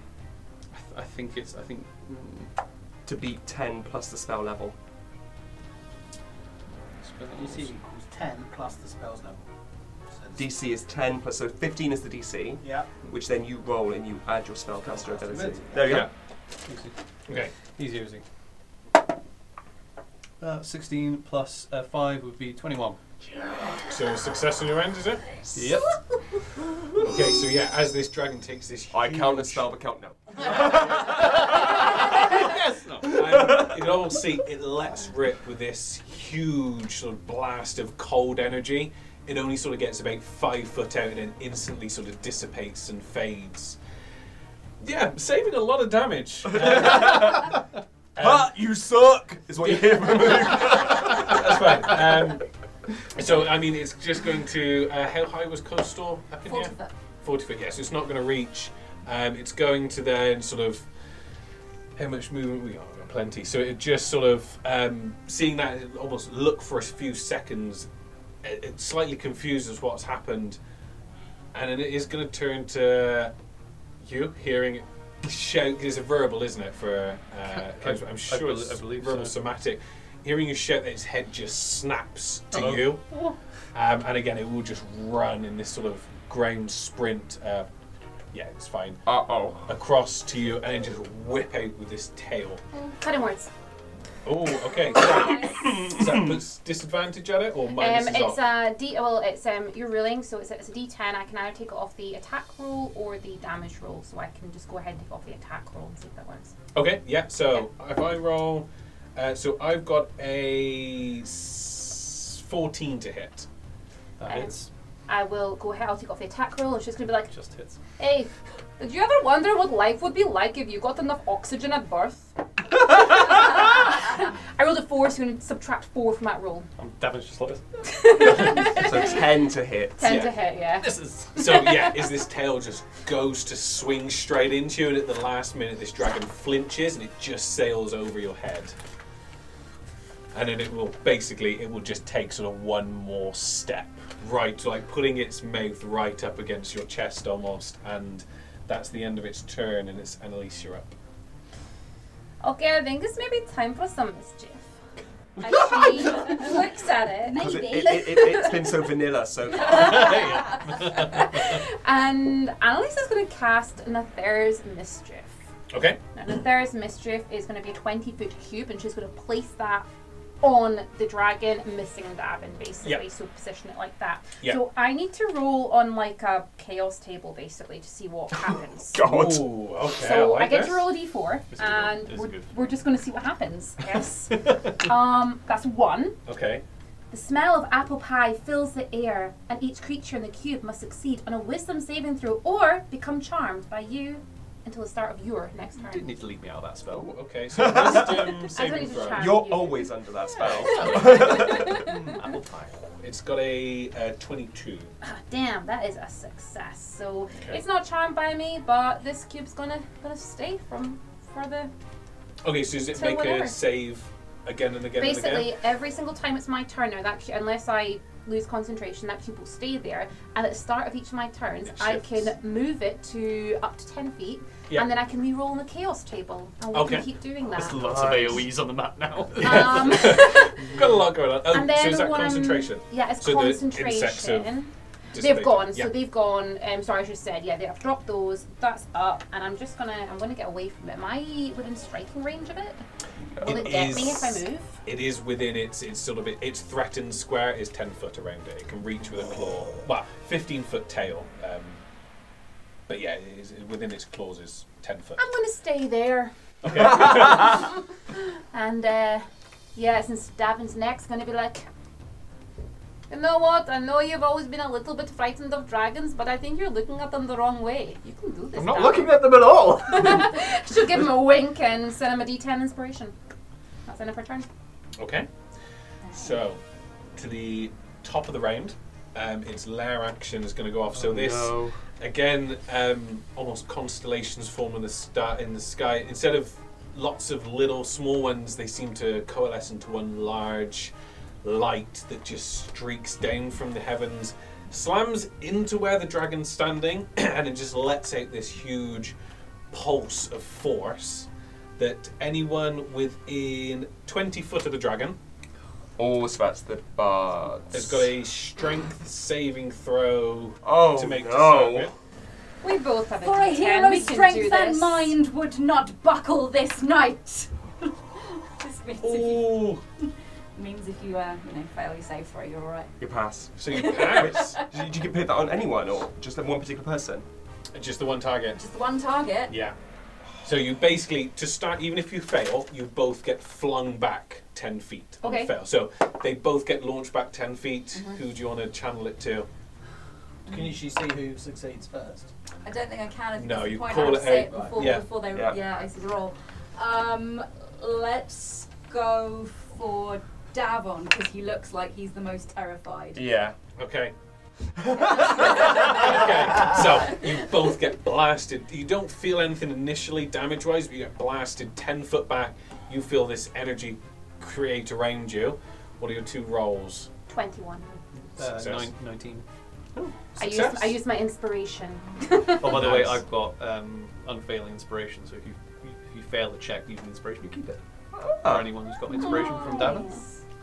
[SPEAKER 5] I think it's. I think. Mm,
[SPEAKER 4] to beat 10 plus the spell level?
[SPEAKER 5] spells.
[SPEAKER 2] DC equals 10 plus the spell's level. So this-
[SPEAKER 4] DC is 10 plus, so 15 is the DC,
[SPEAKER 2] Yeah.
[SPEAKER 4] which then you roll and you add your spellcaster
[SPEAKER 2] Spellcaster
[SPEAKER 4] ability.
[SPEAKER 2] ability.
[SPEAKER 4] There you go.
[SPEAKER 5] Yeah. Easy.
[SPEAKER 8] Okay.
[SPEAKER 5] Easy, easy. Uh, 16 plus uh, 5 would be 21.
[SPEAKER 8] So a success on your end, is it?
[SPEAKER 5] Yep.
[SPEAKER 8] Okay, so yeah, as this dragon takes this
[SPEAKER 4] I
[SPEAKER 8] huge-
[SPEAKER 4] count as spell, but count no.
[SPEAKER 5] yes! No.
[SPEAKER 8] Um, you can almost see it lets rip with this huge sort of blast of cold energy. It only sort of gets about five foot out and then instantly sort of dissipates and fades. Yeah, saving a lot of damage. Um, um,
[SPEAKER 4] Ha! You suck! Is what you hear from Luke.
[SPEAKER 8] that's fine. Um, so, I mean, it's just going to. Uh, how high was Coastor up in
[SPEAKER 6] Forty
[SPEAKER 8] here?
[SPEAKER 6] foot.
[SPEAKER 8] 40 foot, yes, it's not going to reach. Um, it's going to then sort of. How much movement we got? We've got Plenty. So it just sort of um, seeing that it almost look for a few seconds, it, it's slightly confused as what's happened, and then it is going to turn to you hearing it shout. It's a verbal, isn't it? For uh,
[SPEAKER 5] I-
[SPEAKER 8] I'm sure
[SPEAKER 5] I
[SPEAKER 8] it's
[SPEAKER 5] bel- I believe
[SPEAKER 8] verbal
[SPEAKER 5] so.
[SPEAKER 8] somatic. Hearing you shout that its head just snaps to you.
[SPEAKER 7] Oh.
[SPEAKER 8] Um, and again, it will just run in this sort of ground sprint. Uh, yeah, it's fine.
[SPEAKER 4] Uh oh.
[SPEAKER 8] Across to you, and then just whip out with this tail.
[SPEAKER 7] Mm, Cutting words.
[SPEAKER 8] Oh, okay. So that puts disadvantage at it, or minus
[SPEAKER 7] Um,
[SPEAKER 8] is
[SPEAKER 7] it's
[SPEAKER 8] off?
[SPEAKER 7] a D. Well, it's um, you're ruling, so it's a, it's a D10. I can either take it off the attack roll or the damage roll, so I can just go ahead and take off the attack roll and see if that works.
[SPEAKER 8] Okay, yeah. So if I roll, uh, so I've got a s- fourteen to hit.
[SPEAKER 5] That
[SPEAKER 7] Um,
[SPEAKER 5] hits.
[SPEAKER 7] I will go ahead. I'll take off the attack roll, and she's gonna be like,
[SPEAKER 5] Just hits.
[SPEAKER 7] "Hey,
[SPEAKER 10] Did you ever wonder what life would be like if you got enough oxygen at birth?
[SPEAKER 7] I rolled a four, so I'm gonna subtract four from that roll.
[SPEAKER 5] I'm damaged just like this.
[SPEAKER 4] So 10 to hit.
[SPEAKER 7] Ten
[SPEAKER 8] Yeah.
[SPEAKER 7] to hit, yeah.
[SPEAKER 5] This is.
[SPEAKER 8] So yeah, is this tail just goes to swing straight into you, and at the last minute, this dragon flinches and it just sails over your head. And then it will basically it will just take sort of one more step, right, like putting its mouth right up against your chest almost, and that's the end of its turn. And it's Annalise, you're up.
[SPEAKER 10] Okay, I think it's maybe time for some mischief. And she looks at it
[SPEAKER 4] 'Cause it,
[SPEAKER 6] Maybe.
[SPEAKER 4] it, it, it, it's been so vanilla so far.
[SPEAKER 10] and Annalise is going to cast Nather's Mischief.
[SPEAKER 8] Okay.
[SPEAKER 10] Now, Nather's Mischief is going to be a 20 foot cube and she's going to place that on the dragon, missing Davin basically,
[SPEAKER 8] Yep.
[SPEAKER 10] so position it like that.
[SPEAKER 8] Yep.
[SPEAKER 10] So I need to roll on like a chaos table basically to see what happens.
[SPEAKER 4] God.
[SPEAKER 8] Ooh, okay.
[SPEAKER 10] So
[SPEAKER 8] I, like
[SPEAKER 10] I get
[SPEAKER 8] this.
[SPEAKER 10] to roll a d4,
[SPEAKER 5] This is good. This
[SPEAKER 10] and
[SPEAKER 5] is
[SPEAKER 10] we're,
[SPEAKER 5] good.
[SPEAKER 10] we're just going to see what happens. Yes. um, that's one.
[SPEAKER 8] Okay.
[SPEAKER 10] The smell of apple pie fills the air, and each creature in the cube must succeed on a wisdom saving throw or become charmed by you until the start of your next
[SPEAKER 5] You didn't
[SPEAKER 10] turn.
[SPEAKER 5] need to leave me out of that
[SPEAKER 8] Oh,
[SPEAKER 5] spell.
[SPEAKER 8] okay. So wisdom saving
[SPEAKER 10] you to
[SPEAKER 8] throw.
[SPEAKER 10] try.
[SPEAKER 4] You're always under that spell.
[SPEAKER 5] Apple pie.
[SPEAKER 8] It's got a uh, twenty-two.
[SPEAKER 10] Ah, damn, that is a success. So
[SPEAKER 8] Okay.
[SPEAKER 10] it's not charmed by me, but this cube's gonna gonna stay from for the
[SPEAKER 8] Okay, so does it
[SPEAKER 10] So
[SPEAKER 8] make
[SPEAKER 10] whatever.
[SPEAKER 8] a save again and again and again?
[SPEAKER 10] Basically, every single time it's my turn now, that cu- unless I lose concentration, that cube will stay there. And at the start of each of my turns,
[SPEAKER 8] It
[SPEAKER 10] I
[SPEAKER 8] shifts.
[SPEAKER 10] can move it to up to ten feet,
[SPEAKER 8] Yeah.
[SPEAKER 10] and then I can re-roll on the chaos table, and we
[SPEAKER 8] Okay.
[SPEAKER 10] can keep doing that.
[SPEAKER 5] There's lots of AoEs on the map now.
[SPEAKER 10] Um,
[SPEAKER 8] Got a lot going on. Oh,
[SPEAKER 10] and then
[SPEAKER 8] so is that
[SPEAKER 10] when I'm-
[SPEAKER 8] concentration?
[SPEAKER 10] yeah, it's
[SPEAKER 8] So the insects have
[SPEAKER 10] concentration. They've
[SPEAKER 8] Dissipate.
[SPEAKER 10] gone,
[SPEAKER 8] Yeah.
[SPEAKER 10] so they've gone. Um, sorry, I just said, yeah, they've dropped those. That's up, and I'm just gonna, I'm gonna get away from it. Am I within striking range of it? Will it,
[SPEAKER 8] It
[SPEAKER 10] get me if I
[SPEAKER 8] is-
[SPEAKER 10] move?
[SPEAKER 8] It is within its its sort of its threatened square is ten foot around it. It can reach with a claw. Well, fifteen foot tail. Um, but yeah, it is, within its claws is ten foot.
[SPEAKER 10] I'm gonna stay there.
[SPEAKER 8] Okay.
[SPEAKER 10] And uh, yeah, since Davin's next gonna be like, you know what? I know you've always been a little bit frightened of dragons, but I think you're looking at them the wrong way. You can do this.
[SPEAKER 4] I'm not
[SPEAKER 10] Davin."
[SPEAKER 4] looking at them at all.
[SPEAKER 10] She'll give him a wink and send him a D10 inspiration. That's end of her turn.
[SPEAKER 8] okay. So, to the top of the round, um, its lair action is going to go off. So this.
[SPEAKER 4] No.
[SPEAKER 8] again um, almost constellations form in the star in the sky instead of lots of little small ones they seem to coalesce into one large light that just streaks down from the heavens slams into where the dragon's standing, and it just lets out this huge pulse of force that anyone within 20 foot of the dragon
[SPEAKER 4] Oh, so that's the bards.
[SPEAKER 8] has got a strength saving throw
[SPEAKER 4] oh,
[SPEAKER 8] to make to
[SPEAKER 4] no.
[SPEAKER 8] save it.
[SPEAKER 10] We both have a
[SPEAKER 6] For a
[SPEAKER 10] D10,
[SPEAKER 6] hero's
[SPEAKER 10] we can do
[SPEAKER 6] strength and
[SPEAKER 10] this.
[SPEAKER 6] mind would not buckle this night. Oh. this means, if
[SPEAKER 8] Ooh,
[SPEAKER 6] you, means if you, uh, you know, fail your save throw, you're alright.
[SPEAKER 4] You pass.
[SPEAKER 8] so you pass.
[SPEAKER 4] Do you, do you can put that on anyone or just on one particular person?
[SPEAKER 8] just the one target.
[SPEAKER 6] Just the one target.
[SPEAKER 8] Yeah. So you basically to start, even if you fail, you both get flung back ten feet. on
[SPEAKER 10] Okay. Mm-hmm.
[SPEAKER 8] Fail. So they both get launched back ten feet. Who do you want to channel it to?
[SPEAKER 2] Can you actually see who succeeds first?
[SPEAKER 6] I don't think I can. I think
[SPEAKER 8] No,
[SPEAKER 6] that's the
[SPEAKER 8] you
[SPEAKER 6] point.
[SPEAKER 8] call
[SPEAKER 6] I have
[SPEAKER 8] it
[SPEAKER 6] to say
[SPEAKER 8] out,
[SPEAKER 6] it
[SPEAKER 8] right.
[SPEAKER 6] before,
[SPEAKER 8] Yeah.
[SPEAKER 6] before they.
[SPEAKER 4] Yeah.
[SPEAKER 6] Yeah. I see the roll. Um, let's go for Davon because he looks like he's the most terrified.
[SPEAKER 4] Yeah.
[SPEAKER 8] Okay. okay. So you both get blasted. You don't feel anything initially damage-wise, but you get blasted ten foot back. You feel this energy create around you. What are your two rolls?
[SPEAKER 10] 21.
[SPEAKER 5] Uh,
[SPEAKER 8] Success.
[SPEAKER 5] nine, 19.
[SPEAKER 10] I used,
[SPEAKER 8] Success.
[SPEAKER 10] I used my inspiration.
[SPEAKER 5] Oh, by the way,
[SPEAKER 8] Nice.
[SPEAKER 5] I've got um, unfailing inspiration, so if you if you fail a check using inspiration, you keep it. Or anyone who's got inspiration from Davin.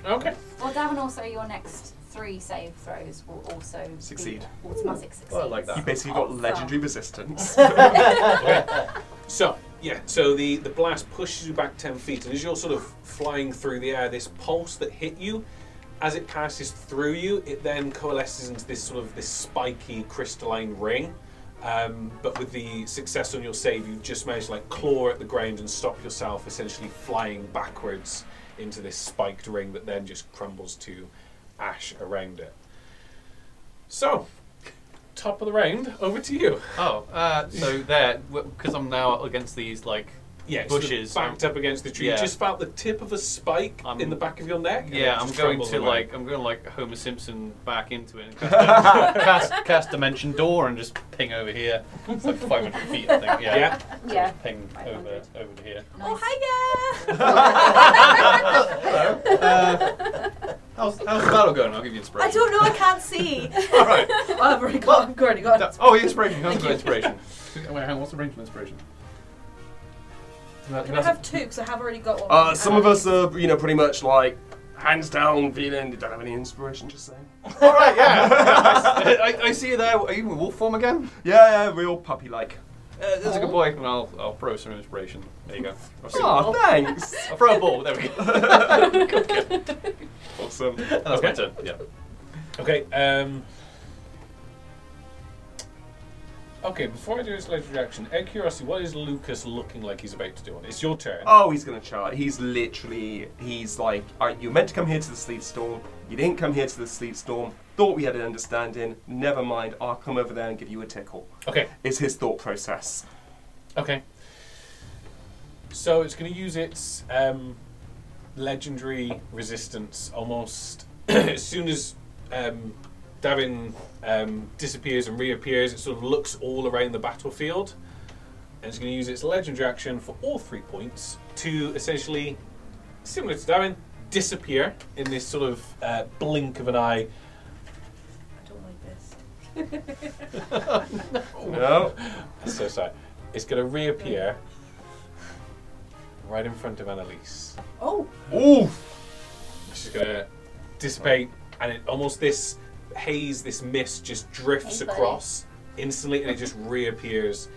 [SPEAKER 8] Okay.
[SPEAKER 6] Well, Davon also your next three save throws will also be
[SPEAKER 4] Succeed.
[SPEAKER 6] automatic succeed.
[SPEAKER 5] Well, I like that.
[SPEAKER 4] You basically got legendary resistance.
[SPEAKER 8] So yeah, so the the blast pushes you back ten feet, and as you're sort of flying through the air, this pulse that hit you, as it passes through you, it then coalesces into this sort of this spiky crystalline ring. Um, but with the success on your save, you just managed to like claw at the ground and stop yourself, essentially flying backwards into this spiked ring that then just crumbles to ash around it. So, top of the round, over to you.
[SPEAKER 5] Oh, uh, so there, because I'm now against these, like,
[SPEAKER 8] Yeah, sort of
[SPEAKER 5] bushes.
[SPEAKER 8] backed up against the tree.
[SPEAKER 5] Yeah.
[SPEAKER 8] You just felt the tip of a spike
[SPEAKER 5] I'm-
[SPEAKER 8] in the back of your neck. and
[SPEAKER 5] yeah,
[SPEAKER 8] it
[SPEAKER 5] I'm
[SPEAKER 8] just
[SPEAKER 5] going
[SPEAKER 8] crumbles
[SPEAKER 5] to
[SPEAKER 8] away.
[SPEAKER 5] like I'm going to like Homer Simpson back into it and cast, cast, cast Dimension Door and just ping over here. It's like 500 feet, I think. Yeah,
[SPEAKER 8] Yeah.
[SPEAKER 10] Yeah.
[SPEAKER 5] Just ping over
[SPEAKER 6] 500.
[SPEAKER 5] over to here.
[SPEAKER 1] Oh,
[SPEAKER 6] Nice.
[SPEAKER 5] How's, how's the battle going? I'll give you
[SPEAKER 6] I
[SPEAKER 5] inspiration.
[SPEAKER 6] don't know. I can't see.
[SPEAKER 5] All right.
[SPEAKER 1] I've already got. I've already got.
[SPEAKER 5] That- oh, inspiration. How's my inspiration? Wait, hang on. What's the range of inspiration?
[SPEAKER 1] Can I have two? Because I have already got one.
[SPEAKER 4] Uh, some of us are, you know, pretty much like hands down feeling. Don't have any inspiration. Just saying.
[SPEAKER 5] All right. Yeah. I, I see you there. Are you in wolf form again?
[SPEAKER 4] Yeah, yeah, real puppy like.
[SPEAKER 5] Uh, that's a good boy. And I'll I'll throw some inspiration. There you go. I'll, see-
[SPEAKER 4] Oh, thanks.
[SPEAKER 5] I'll throw a ball. There we go.
[SPEAKER 4] awesome.
[SPEAKER 5] And that's my turn. Yeah.
[SPEAKER 8] Okay. Um, okay. Before I do this legendary action, out of curiosity, what is Lucas looking like? He's about to do on. It's your turn.
[SPEAKER 4] Oh, he's gonna charge. He's literally. He's like, all right, you meant to come here to the sleet storm. You didn't come here to the sleet storm. Thought we had an understanding. Never mind. I'll come over there and give you a tickle.
[SPEAKER 8] Okay.
[SPEAKER 4] Is his thought process.
[SPEAKER 8] Okay. So it's going to use its um, legendary resistance almost as soon as um, Davin um, disappears and reappears. It sort of looks all around the battlefield, and it's going to use its legendary action for all three points to essentially, similar to Davin, disappear in this sort of uh, blink of an eye.
[SPEAKER 6] I don't like this.
[SPEAKER 4] No.
[SPEAKER 8] So sorry. It's going to reappear right in front of Annalise.
[SPEAKER 1] Oh,
[SPEAKER 4] Ooh.
[SPEAKER 8] She's gonna dissipate, and it almost this haze, this mist, just drifts
[SPEAKER 10] Hey, buddy.
[SPEAKER 8] across instantly, and it just reappears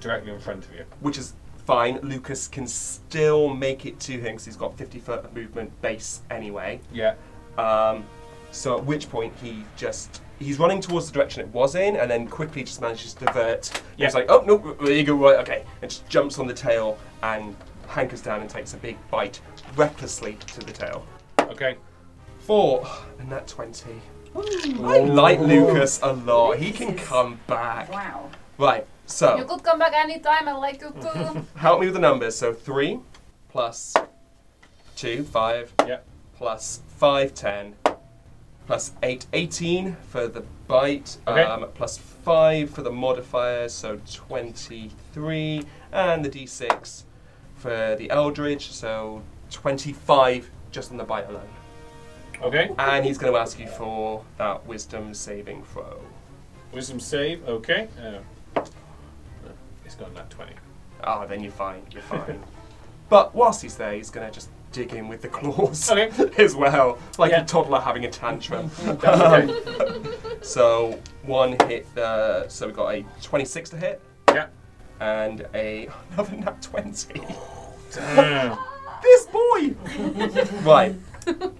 [SPEAKER 8] directly in front of you.
[SPEAKER 4] Which is fine. Lucas can still make it to him because he's got 50 foot of movement base anyway.
[SPEAKER 8] Yeah.
[SPEAKER 4] Um, so at which point he just he's running towards the direction it was in, and then quickly just manages to divert.
[SPEAKER 8] Yeah.
[SPEAKER 4] He's like, oh no, there you go, right, okay, and just jumps on the tail and hankers down and takes a big bite recklessly to the tail.
[SPEAKER 8] Okay.
[SPEAKER 4] Four and that twenty. I like Lucas a lot. He can come back.
[SPEAKER 6] Wow.
[SPEAKER 4] Right.
[SPEAKER 10] You
[SPEAKER 4] So
[SPEAKER 10] could come back anytime, I like you too.
[SPEAKER 4] help me with the numbers. So three plus two five
[SPEAKER 8] Yeah.
[SPEAKER 4] plus 5, 10, plus 8, 18 for the bite,
[SPEAKER 8] Okay.
[SPEAKER 4] um, plus 5 for the modifier, so 23, and the d6 for the Eldridge, so 25 just on the bite alone.
[SPEAKER 8] Okay.
[SPEAKER 4] and he's going to ask you for that wisdom saving throw.
[SPEAKER 8] Wisdom save. Okay. Uh, it's got that twenty.
[SPEAKER 4] Ah, then you're fine. You're fine. but whilst he's there, he's going to just dig in with the claws
[SPEAKER 8] Okay.
[SPEAKER 4] as well, like
[SPEAKER 8] Yeah.
[SPEAKER 4] a toddler having a tantrum.
[SPEAKER 8] That's okay.
[SPEAKER 4] so one hit. Uh, so we got a 26 to hit
[SPEAKER 8] yeah.
[SPEAKER 4] and a another nat 20.
[SPEAKER 8] Damn.
[SPEAKER 4] this boy. right. Uh,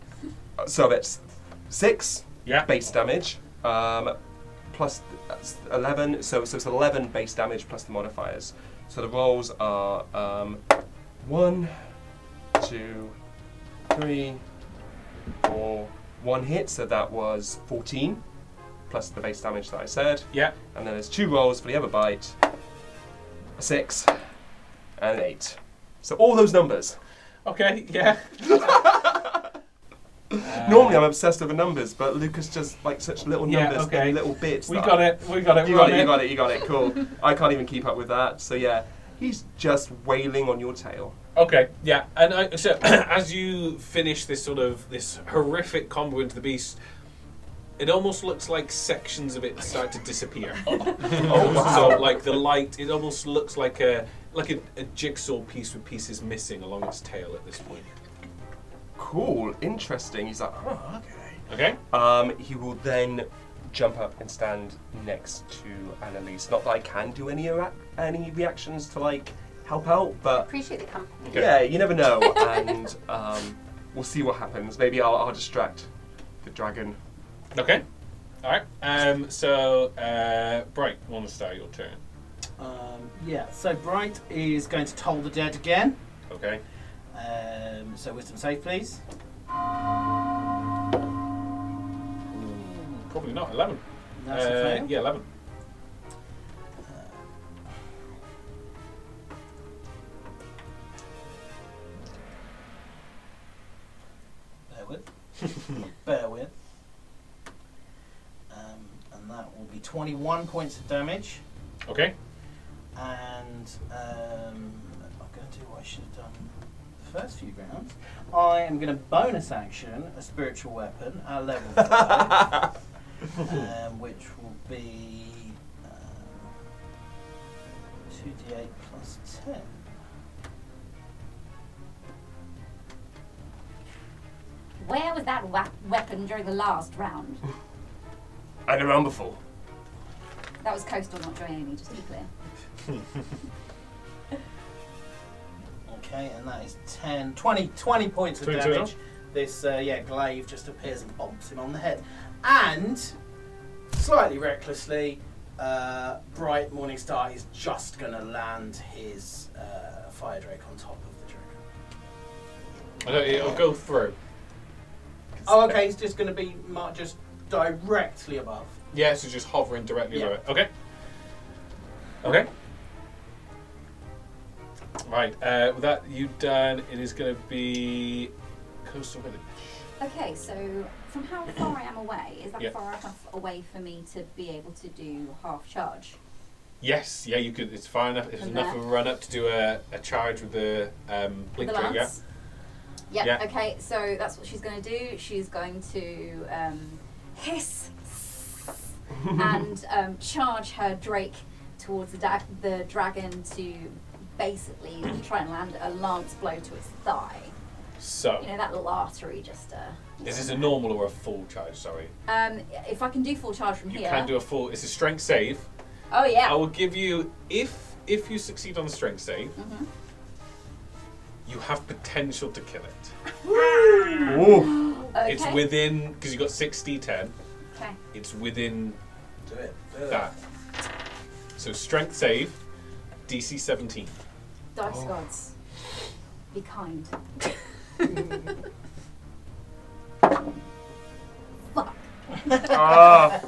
[SPEAKER 4] So that's six
[SPEAKER 8] Yeah.
[SPEAKER 4] base damage, um, plus that's eleven. So so it's eleven base damage plus the modifiers. So the rolls are um, one, two, three, four. One hit. So that was fourteen, plus the base damage that I said.
[SPEAKER 8] Yeah.
[SPEAKER 4] And then there's two rolls for the other bite. A six and an eight. So all those numbers.
[SPEAKER 8] Okay. Yeah.
[SPEAKER 4] Normally I'm obsessed with the numbers, but Lucas just like such little
[SPEAKER 8] Uh, Yeah,
[SPEAKER 4] numbers
[SPEAKER 8] okay.
[SPEAKER 4] and little bits.
[SPEAKER 8] We
[SPEAKER 4] that-
[SPEAKER 8] got it. We got it.
[SPEAKER 4] You
[SPEAKER 8] we
[SPEAKER 4] got it, you got it, you got it, cool. I can't even keep up with that. So yeah. He's just wailing on your tail.
[SPEAKER 8] Okay, yeah, and I, so as you finish this sort of this horrific combo into the beast, it almost looks like sections of it start to disappear. oh, So like the light, it almost looks like a like a, a jigsaw piece with pieces missing along its tail at this point.
[SPEAKER 4] Cool, interesting. He's like, oh, okay.
[SPEAKER 8] Okay.
[SPEAKER 4] Um, he will then jump up and stand next to Annalise. Not that I can do any ara- any reactions to like help out, but
[SPEAKER 3] Appreciate the company.
[SPEAKER 8] Okay.
[SPEAKER 4] Yeah, you never know, and um, we'll see what happens. Maybe I'll, I'll distract the dragon.
[SPEAKER 8] Okay. All right. Um. So, uh, Bright, want to start your turn?
[SPEAKER 2] Um, yeah, so Bright is going to Toll the Dead again.
[SPEAKER 8] Okay.
[SPEAKER 2] Um, so wisdom save, please.
[SPEAKER 8] Probably not eleven.
[SPEAKER 2] That's a
[SPEAKER 8] Uh,
[SPEAKER 2] fail.
[SPEAKER 8] Yeah, eleven.
[SPEAKER 2] Bear with. Bear with. Um, and that will be 21 points of damage.
[SPEAKER 8] Okay.
[SPEAKER 2] And um, I'm going to do what I should have done the first few rounds. I am going to bonus action a spiritual weapon at level 5, um, which will be um, 2d8 plus 10.
[SPEAKER 6] Where was that wa- weapon during the last round?
[SPEAKER 4] And around before.
[SPEAKER 6] That was coastal, not Joanie, just to be clear.
[SPEAKER 2] Okay, and that is 10, 20, 20 points of
[SPEAKER 8] 20 total.
[SPEAKER 2] damage. This, uh, yeah, glaive just appears and bumps him on the head. And, slightly recklessly, uh, Bright Morningstar is just going to land his uh, Fire Drake on top of the dragon.
[SPEAKER 8] I don't, it'll go through.
[SPEAKER 2] Oh, okay, he's just going to be mar- just directly above.
[SPEAKER 8] Yeah, so just hovering directly
[SPEAKER 2] Yeah.
[SPEAKER 8] over it. Okay. Okay. Right, uh, with that you done, it is going to be Coastal Village.
[SPEAKER 6] Okay, so from how far I am away, is that
[SPEAKER 8] Yeah.
[SPEAKER 6] far enough away for me to be able to do half charge?
[SPEAKER 8] Yes, yeah, you could. It's far enough. It's
[SPEAKER 6] From
[SPEAKER 8] enough
[SPEAKER 6] there.
[SPEAKER 8] of a run up to do a, a charge with the um, blink
[SPEAKER 6] the
[SPEAKER 8] trigger.
[SPEAKER 6] lance? Yeah.
[SPEAKER 8] Yeah.
[SPEAKER 6] Okay, so that's what she's going to do. She's going to um, hiss and um, charge her drake towards the, da- the dragon to basically try and land a lance blow to its thigh.
[SPEAKER 8] So,
[SPEAKER 6] You know that little artery just. Uh,
[SPEAKER 8] is this a normal or a full charge? Sorry,
[SPEAKER 6] Um, if I can do full charge from
[SPEAKER 8] you
[SPEAKER 6] here.
[SPEAKER 8] can do a full. It's a strength save.
[SPEAKER 6] oh yeah.
[SPEAKER 8] I will give you if if you succeed on the strength save,
[SPEAKER 6] Mhm.
[SPEAKER 8] you have potential to kill it.
[SPEAKER 4] Ooh.
[SPEAKER 6] okay.
[SPEAKER 8] It's within because you got six d10.
[SPEAKER 6] Okay.
[SPEAKER 8] It's within
[SPEAKER 9] Do it. Do it.
[SPEAKER 8] that. So strength save, DC 17.
[SPEAKER 6] Dice gods, be kind. Fuck.
[SPEAKER 4] Ah,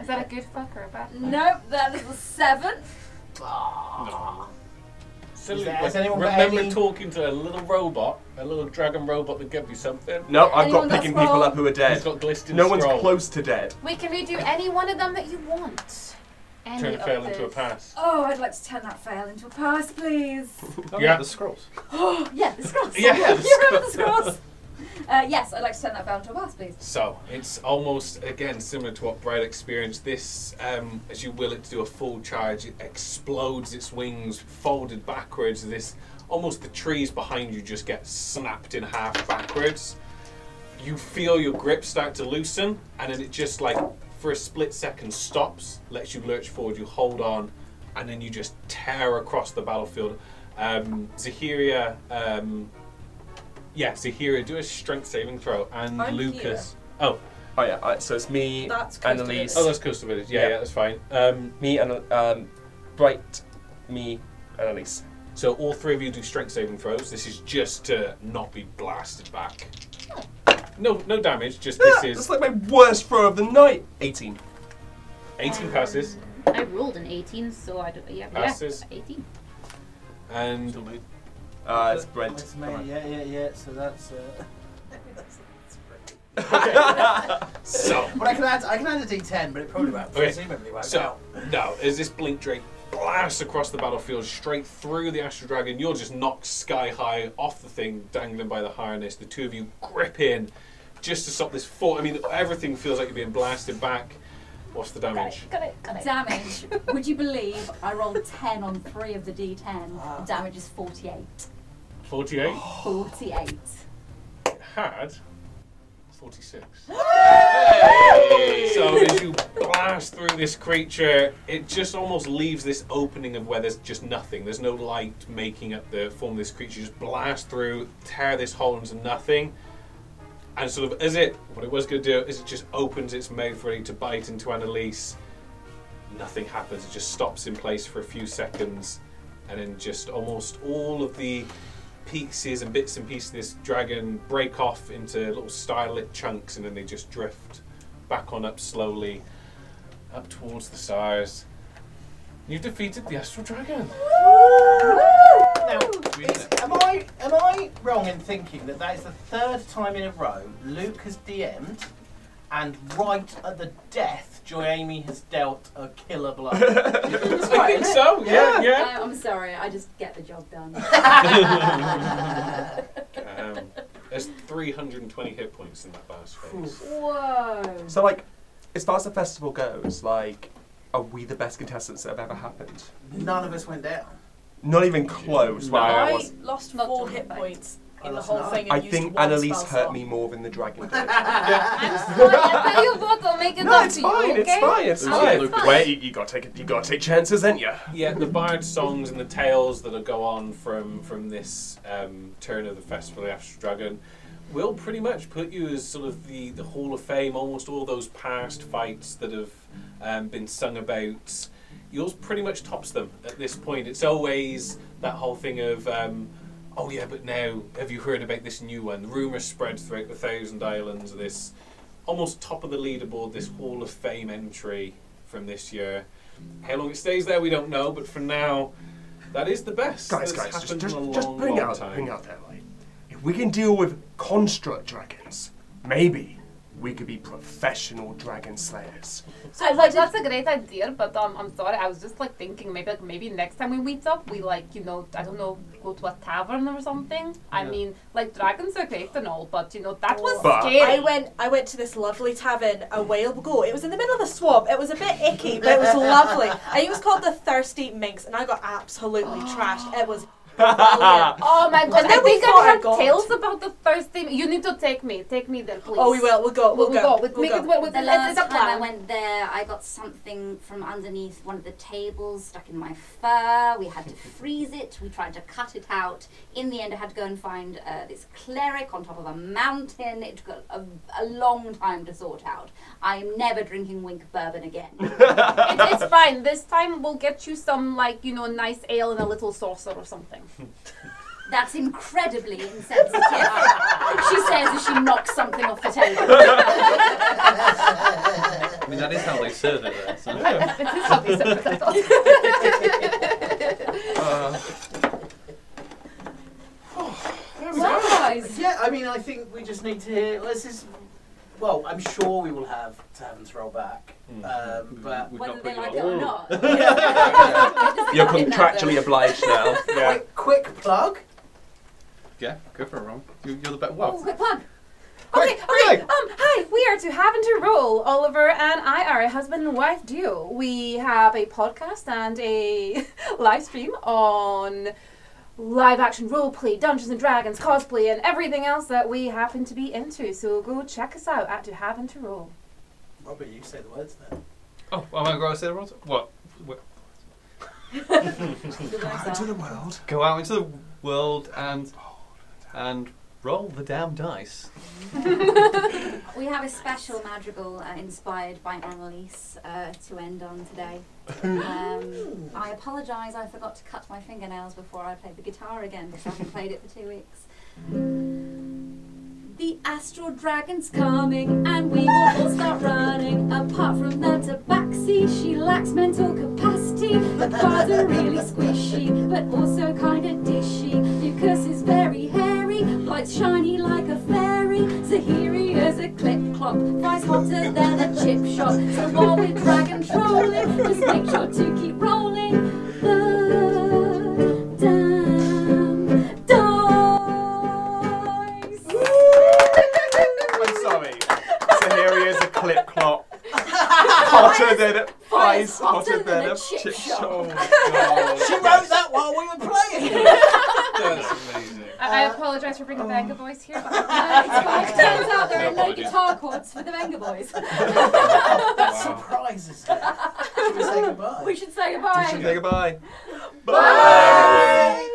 [SPEAKER 10] Is that a good fuck or a bad?
[SPEAKER 6] Nope, that is the seventh.
[SPEAKER 8] No.
[SPEAKER 2] Is there- has anyone got
[SPEAKER 8] remember
[SPEAKER 2] any-
[SPEAKER 8] talking to a little robot, a little dragon robot that gave you something.
[SPEAKER 4] no, I've
[SPEAKER 6] Anyone
[SPEAKER 4] got
[SPEAKER 6] got
[SPEAKER 4] picking people
[SPEAKER 6] scroll?
[SPEAKER 4] up who are
[SPEAKER 8] He's
[SPEAKER 4] dead.
[SPEAKER 8] got glistening
[SPEAKER 4] No one's
[SPEAKER 8] scroll.
[SPEAKER 4] close to dead.
[SPEAKER 10] We can redo any one of them that you want. Any
[SPEAKER 8] Turn a
[SPEAKER 10] of
[SPEAKER 8] fail into a
[SPEAKER 10] those.
[SPEAKER 8] pass.
[SPEAKER 6] Oh, I'd like to turn that fail into a pass, please.
[SPEAKER 8] Yeah.
[SPEAKER 5] the scrolls.
[SPEAKER 6] Oh, yeah, the scrolls.
[SPEAKER 8] Yeah, the
[SPEAKER 6] you remember the scrolls? Uh, yes, I'd like to turn that bound to a pass, please.
[SPEAKER 8] So it's almost again similar to what Brad experienced. This, um, as you will it to do a full charge, it explodes its wings, folded backwards. This almost the trees behind you just get snapped in half backwards. You feel your grip start to loosen, and then it just like for a split second stops, lets you lurch forward. You hold on, and then you just tear across the battlefield. Um, Zahiria, um, yeah, Zahiria, do a strength saving throw, and
[SPEAKER 1] I'm
[SPEAKER 8] Lucas. Oh,
[SPEAKER 4] Oh yeah, alright, so it's me,
[SPEAKER 1] That's coastal
[SPEAKER 4] Annalise,
[SPEAKER 8] oh, that's coastal village. Yeah, yeah,
[SPEAKER 4] Yeah.
[SPEAKER 8] that's fine. Um,
[SPEAKER 4] me and um, Bright, me, and Annalise.
[SPEAKER 8] so all three of you do strength saving throws. This is just to not be blasted back. No, no damage. Just this
[SPEAKER 4] Ah,
[SPEAKER 8] is
[SPEAKER 4] That's like my worst throw of the night. 18.
[SPEAKER 8] 18 passes,
[SPEAKER 3] I rolled an 18, so I don't. Yeah, yeah
[SPEAKER 8] Passes.
[SPEAKER 3] 18.
[SPEAKER 8] and
[SPEAKER 4] Uh, it's Brent.
[SPEAKER 2] That's me, yeah, yeah, yeah. So that's. Uh,
[SPEAKER 8] so.
[SPEAKER 9] But I can add, I can add a D10, but it probably won't.
[SPEAKER 8] Okay.
[SPEAKER 9] Presumably won't.
[SPEAKER 8] So, no, as this blink drake blasts across the battlefield straight through the Astro Dragon, you're just knocked sky high off the thing, dangling by the harness. The two of you grip in just to stop this fall. I mean, everything feels like you're being blasted back. What's the damage?
[SPEAKER 7] Got it, got it.
[SPEAKER 6] Damage. Would you believe I rolled 10 on three of the D10? Damage is 48.
[SPEAKER 8] 48?
[SPEAKER 6] 48.
[SPEAKER 8] Had 46. So, as you blast through this creature, it just almost leaves this opening of where there's just nothing. There's no light making up the form of this creature. You just blast through, tear this hole into nothing. And sort of, as it, what it was going to do is it just opens its mouth ready to bite into Annalise. Nothing happens. It just stops in place for a few seconds. And then just almost all of the pieces and bits and pieces of this dragon break off into little stylet chunks and then they just drift back on up slowly up towards the stars. You've defeated the astral dragon.
[SPEAKER 2] now, is, am I am I wrong in thinking that that is the third time in a row Luke has DM'd, and right at the death, Joy Amy has dealt a killer blow.
[SPEAKER 8] I think so. Yeah,
[SPEAKER 6] I,
[SPEAKER 8] yeah.
[SPEAKER 6] Uh, I'm sorry, I just get the job done.
[SPEAKER 8] Um, there's 320 hit points in that last phase.
[SPEAKER 6] Whoa.
[SPEAKER 4] So, like, as far as the festival goes, like, are we the best contestants that have ever happened?
[SPEAKER 9] None of us went down.
[SPEAKER 4] Not even close. Well, I,
[SPEAKER 1] I
[SPEAKER 4] was,
[SPEAKER 1] lost
[SPEAKER 3] Not
[SPEAKER 1] four
[SPEAKER 3] done
[SPEAKER 1] hit
[SPEAKER 3] by-
[SPEAKER 1] points
[SPEAKER 9] I
[SPEAKER 1] in the
[SPEAKER 9] lost
[SPEAKER 1] whole
[SPEAKER 9] nine.
[SPEAKER 1] thing. And
[SPEAKER 4] Oh, I
[SPEAKER 1] used
[SPEAKER 4] think
[SPEAKER 1] one
[SPEAKER 4] Annalise
[SPEAKER 1] spell
[SPEAKER 4] hurt
[SPEAKER 1] slot.
[SPEAKER 4] me more than the dragon did.
[SPEAKER 7] I'm sorry, I tell you what, I'll make it
[SPEAKER 4] no,
[SPEAKER 7] up
[SPEAKER 4] it's
[SPEAKER 7] to you,
[SPEAKER 4] fine, it's
[SPEAKER 7] okay?
[SPEAKER 4] fine, it's
[SPEAKER 7] I'll
[SPEAKER 4] fine.
[SPEAKER 7] be
[SPEAKER 4] Wait, you, you gotta take you gotta take chances, ain't ya?
[SPEAKER 8] Yeah, the bard songs and the tales that go on from from this um, turn of the festival, the Astral Dragon, will pretty much put you as sort of the, the Hall of Fame. Almost all those past fights that have um, been sung about, yours pretty much tops them at this point. It's always that whole thing of, um, oh yeah, but now have you heard about this new one? The rumor spread throughout the Thousand Islands. This almost top of the leaderboard, this Hall of Fame entry from this year. How long it stays there, we don't know, but for now, that is the best.
[SPEAKER 4] Guys,
[SPEAKER 8] that's
[SPEAKER 4] guys, just
[SPEAKER 8] happened
[SPEAKER 4] just,
[SPEAKER 8] in a
[SPEAKER 4] just
[SPEAKER 8] long,
[SPEAKER 4] bring
[SPEAKER 8] long
[SPEAKER 4] out
[SPEAKER 8] time.
[SPEAKER 4] bring out that light. If we can deal with construct dragons, maybe we could be professional dragon slayers.
[SPEAKER 10] So I was like, that's a great idea, but um, I'm sorry, I was just like thinking maybe like maybe next time we meet up, we like you know I don't know go to a tavern or something. I mean like dragons are great and all, but you know that was
[SPEAKER 4] But-
[SPEAKER 10] scary.
[SPEAKER 1] I went. I went to this lovely tavern, a whale gore. It was in the middle of a swamp. It was a bit icky, but it was lovely. And it was called the Thirsty Minx, and I got absolutely trashed. It was brilliant.
[SPEAKER 10] Oh my god!
[SPEAKER 1] And then
[SPEAKER 10] I
[SPEAKER 1] we
[SPEAKER 10] think
[SPEAKER 1] fought
[SPEAKER 10] I
[SPEAKER 1] a
[SPEAKER 10] heard
[SPEAKER 1] god.
[SPEAKER 10] tales about the first thing. You need to take me, take me there, please.
[SPEAKER 1] oh, we will. We'll go.
[SPEAKER 10] We'll,
[SPEAKER 1] We'll,
[SPEAKER 10] we'll go. We'll, make
[SPEAKER 1] go.
[SPEAKER 10] it. We'll, we'll,
[SPEAKER 6] The
[SPEAKER 10] it's
[SPEAKER 6] last
[SPEAKER 10] a
[SPEAKER 6] time I
[SPEAKER 10] plan.
[SPEAKER 6] went there, I got something from underneath one of the tables stuck in my fur. We had to freeze it. We tried to cut it out. In the end, I had to go and find uh, this cleric on top of a mountain. It took a, a, a long time to sort out. I'm never drinking wink bourbon again.
[SPEAKER 10] It- it's fine. This time we'll get you some like you know nice ale and a little saucer or something.
[SPEAKER 6] That's incredibly insensitive. she says as she knocks something off the table.
[SPEAKER 5] I mean, that is how they serve it there. So.
[SPEAKER 10] this is how they serve it. I thought.
[SPEAKER 6] well, guys,
[SPEAKER 9] Yeah, I mean, I think we just need to hear. This is. Well, I'm sure we will have taverns roll back.
[SPEAKER 8] Hmm.
[SPEAKER 9] Um, but
[SPEAKER 5] We've
[SPEAKER 6] whether
[SPEAKER 5] not put
[SPEAKER 6] they
[SPEAKER 5] you
[SPEAKER 6] like
[SPEAKER 5] on.
[SPEAKER 6] it or not.
[SPEAKER 4] You're contractually obliged now.
[SPEAKER 8] Yeah.
[SPEAKER 9] quick, quick plug.
[SPEAKER 5] Yeah, go for it, Ron. You, you're the better. Well,
[SPEAKER 6] quick plug.
[SPEAKER 7] Okay,
[SPEAKER 4] Quick,
[SPEAKER 7] Oh, okay.
[SPEAKER 4] quick.
[SPEAKER 7] Um, hi. We are to have and to roll. Oliver and I are a husband and wife duo. We have a podcast and a live stream on live action roleplay, Dungeons and Dragons, cosplay, and everything else that we happen to be into. So go check us out at to have and to roll.
[SPEAKER 2] Robert, you say the words then.
[SPEAKER 5] Oh, am I going to say the words? What? what?
[SPEAKER 4] Into the world.
[SPEAKER 5] Go out into the world and and roll the damn dice.
[SPEAKER 6] We have a special madrigal uh, inspired by Annalise uh, to end on today. Um, I apologise, I forgot to cut my fingernails before I played the guitar again because I haven't played it for two weeks. The astral dragon's coming and we will all start running. Apart from that tabaxi, she lacks mental capacity. The cards are really squishy, but also kinda dishy. Lucas is very hairy, lights shiny like a fairy. Zahiri is a clip clop, fries hotter than a chip shot. So while we're dragon trolling, just make sure to keep rolling. The damn dice.
[SPEAKER 4] I'm sorry. So here he is, a clip clop. Hotter than a flies, hotter than a chip shop. Oh,
[SPEAKER 2] She wrote that while we were playing.
[SPEAKER 8] That's amazing.
[SPEAKER 7] I, I apologize for bringing back a voice here, but
[SPEAKER 6] Uh, it's fine. Turns out there are
[SPEAKER 8] Um.
[SPEAKER 6] no
[SPEAKER 8] No apologies.
[SPEAKER 6] guitar chords for the Venga Boys.
[SPEAKER 2] that
[SPEAKER 8] Wow.
[SPEAKER 2] surprises her. Should we say goodbye?
[SPEAKER 6] we should say
[SPEAKER 4] Say
[SPEAKER 6] goodbye.
[SPEAKER 4] goodbye.
[SPEAKER 6] Bye.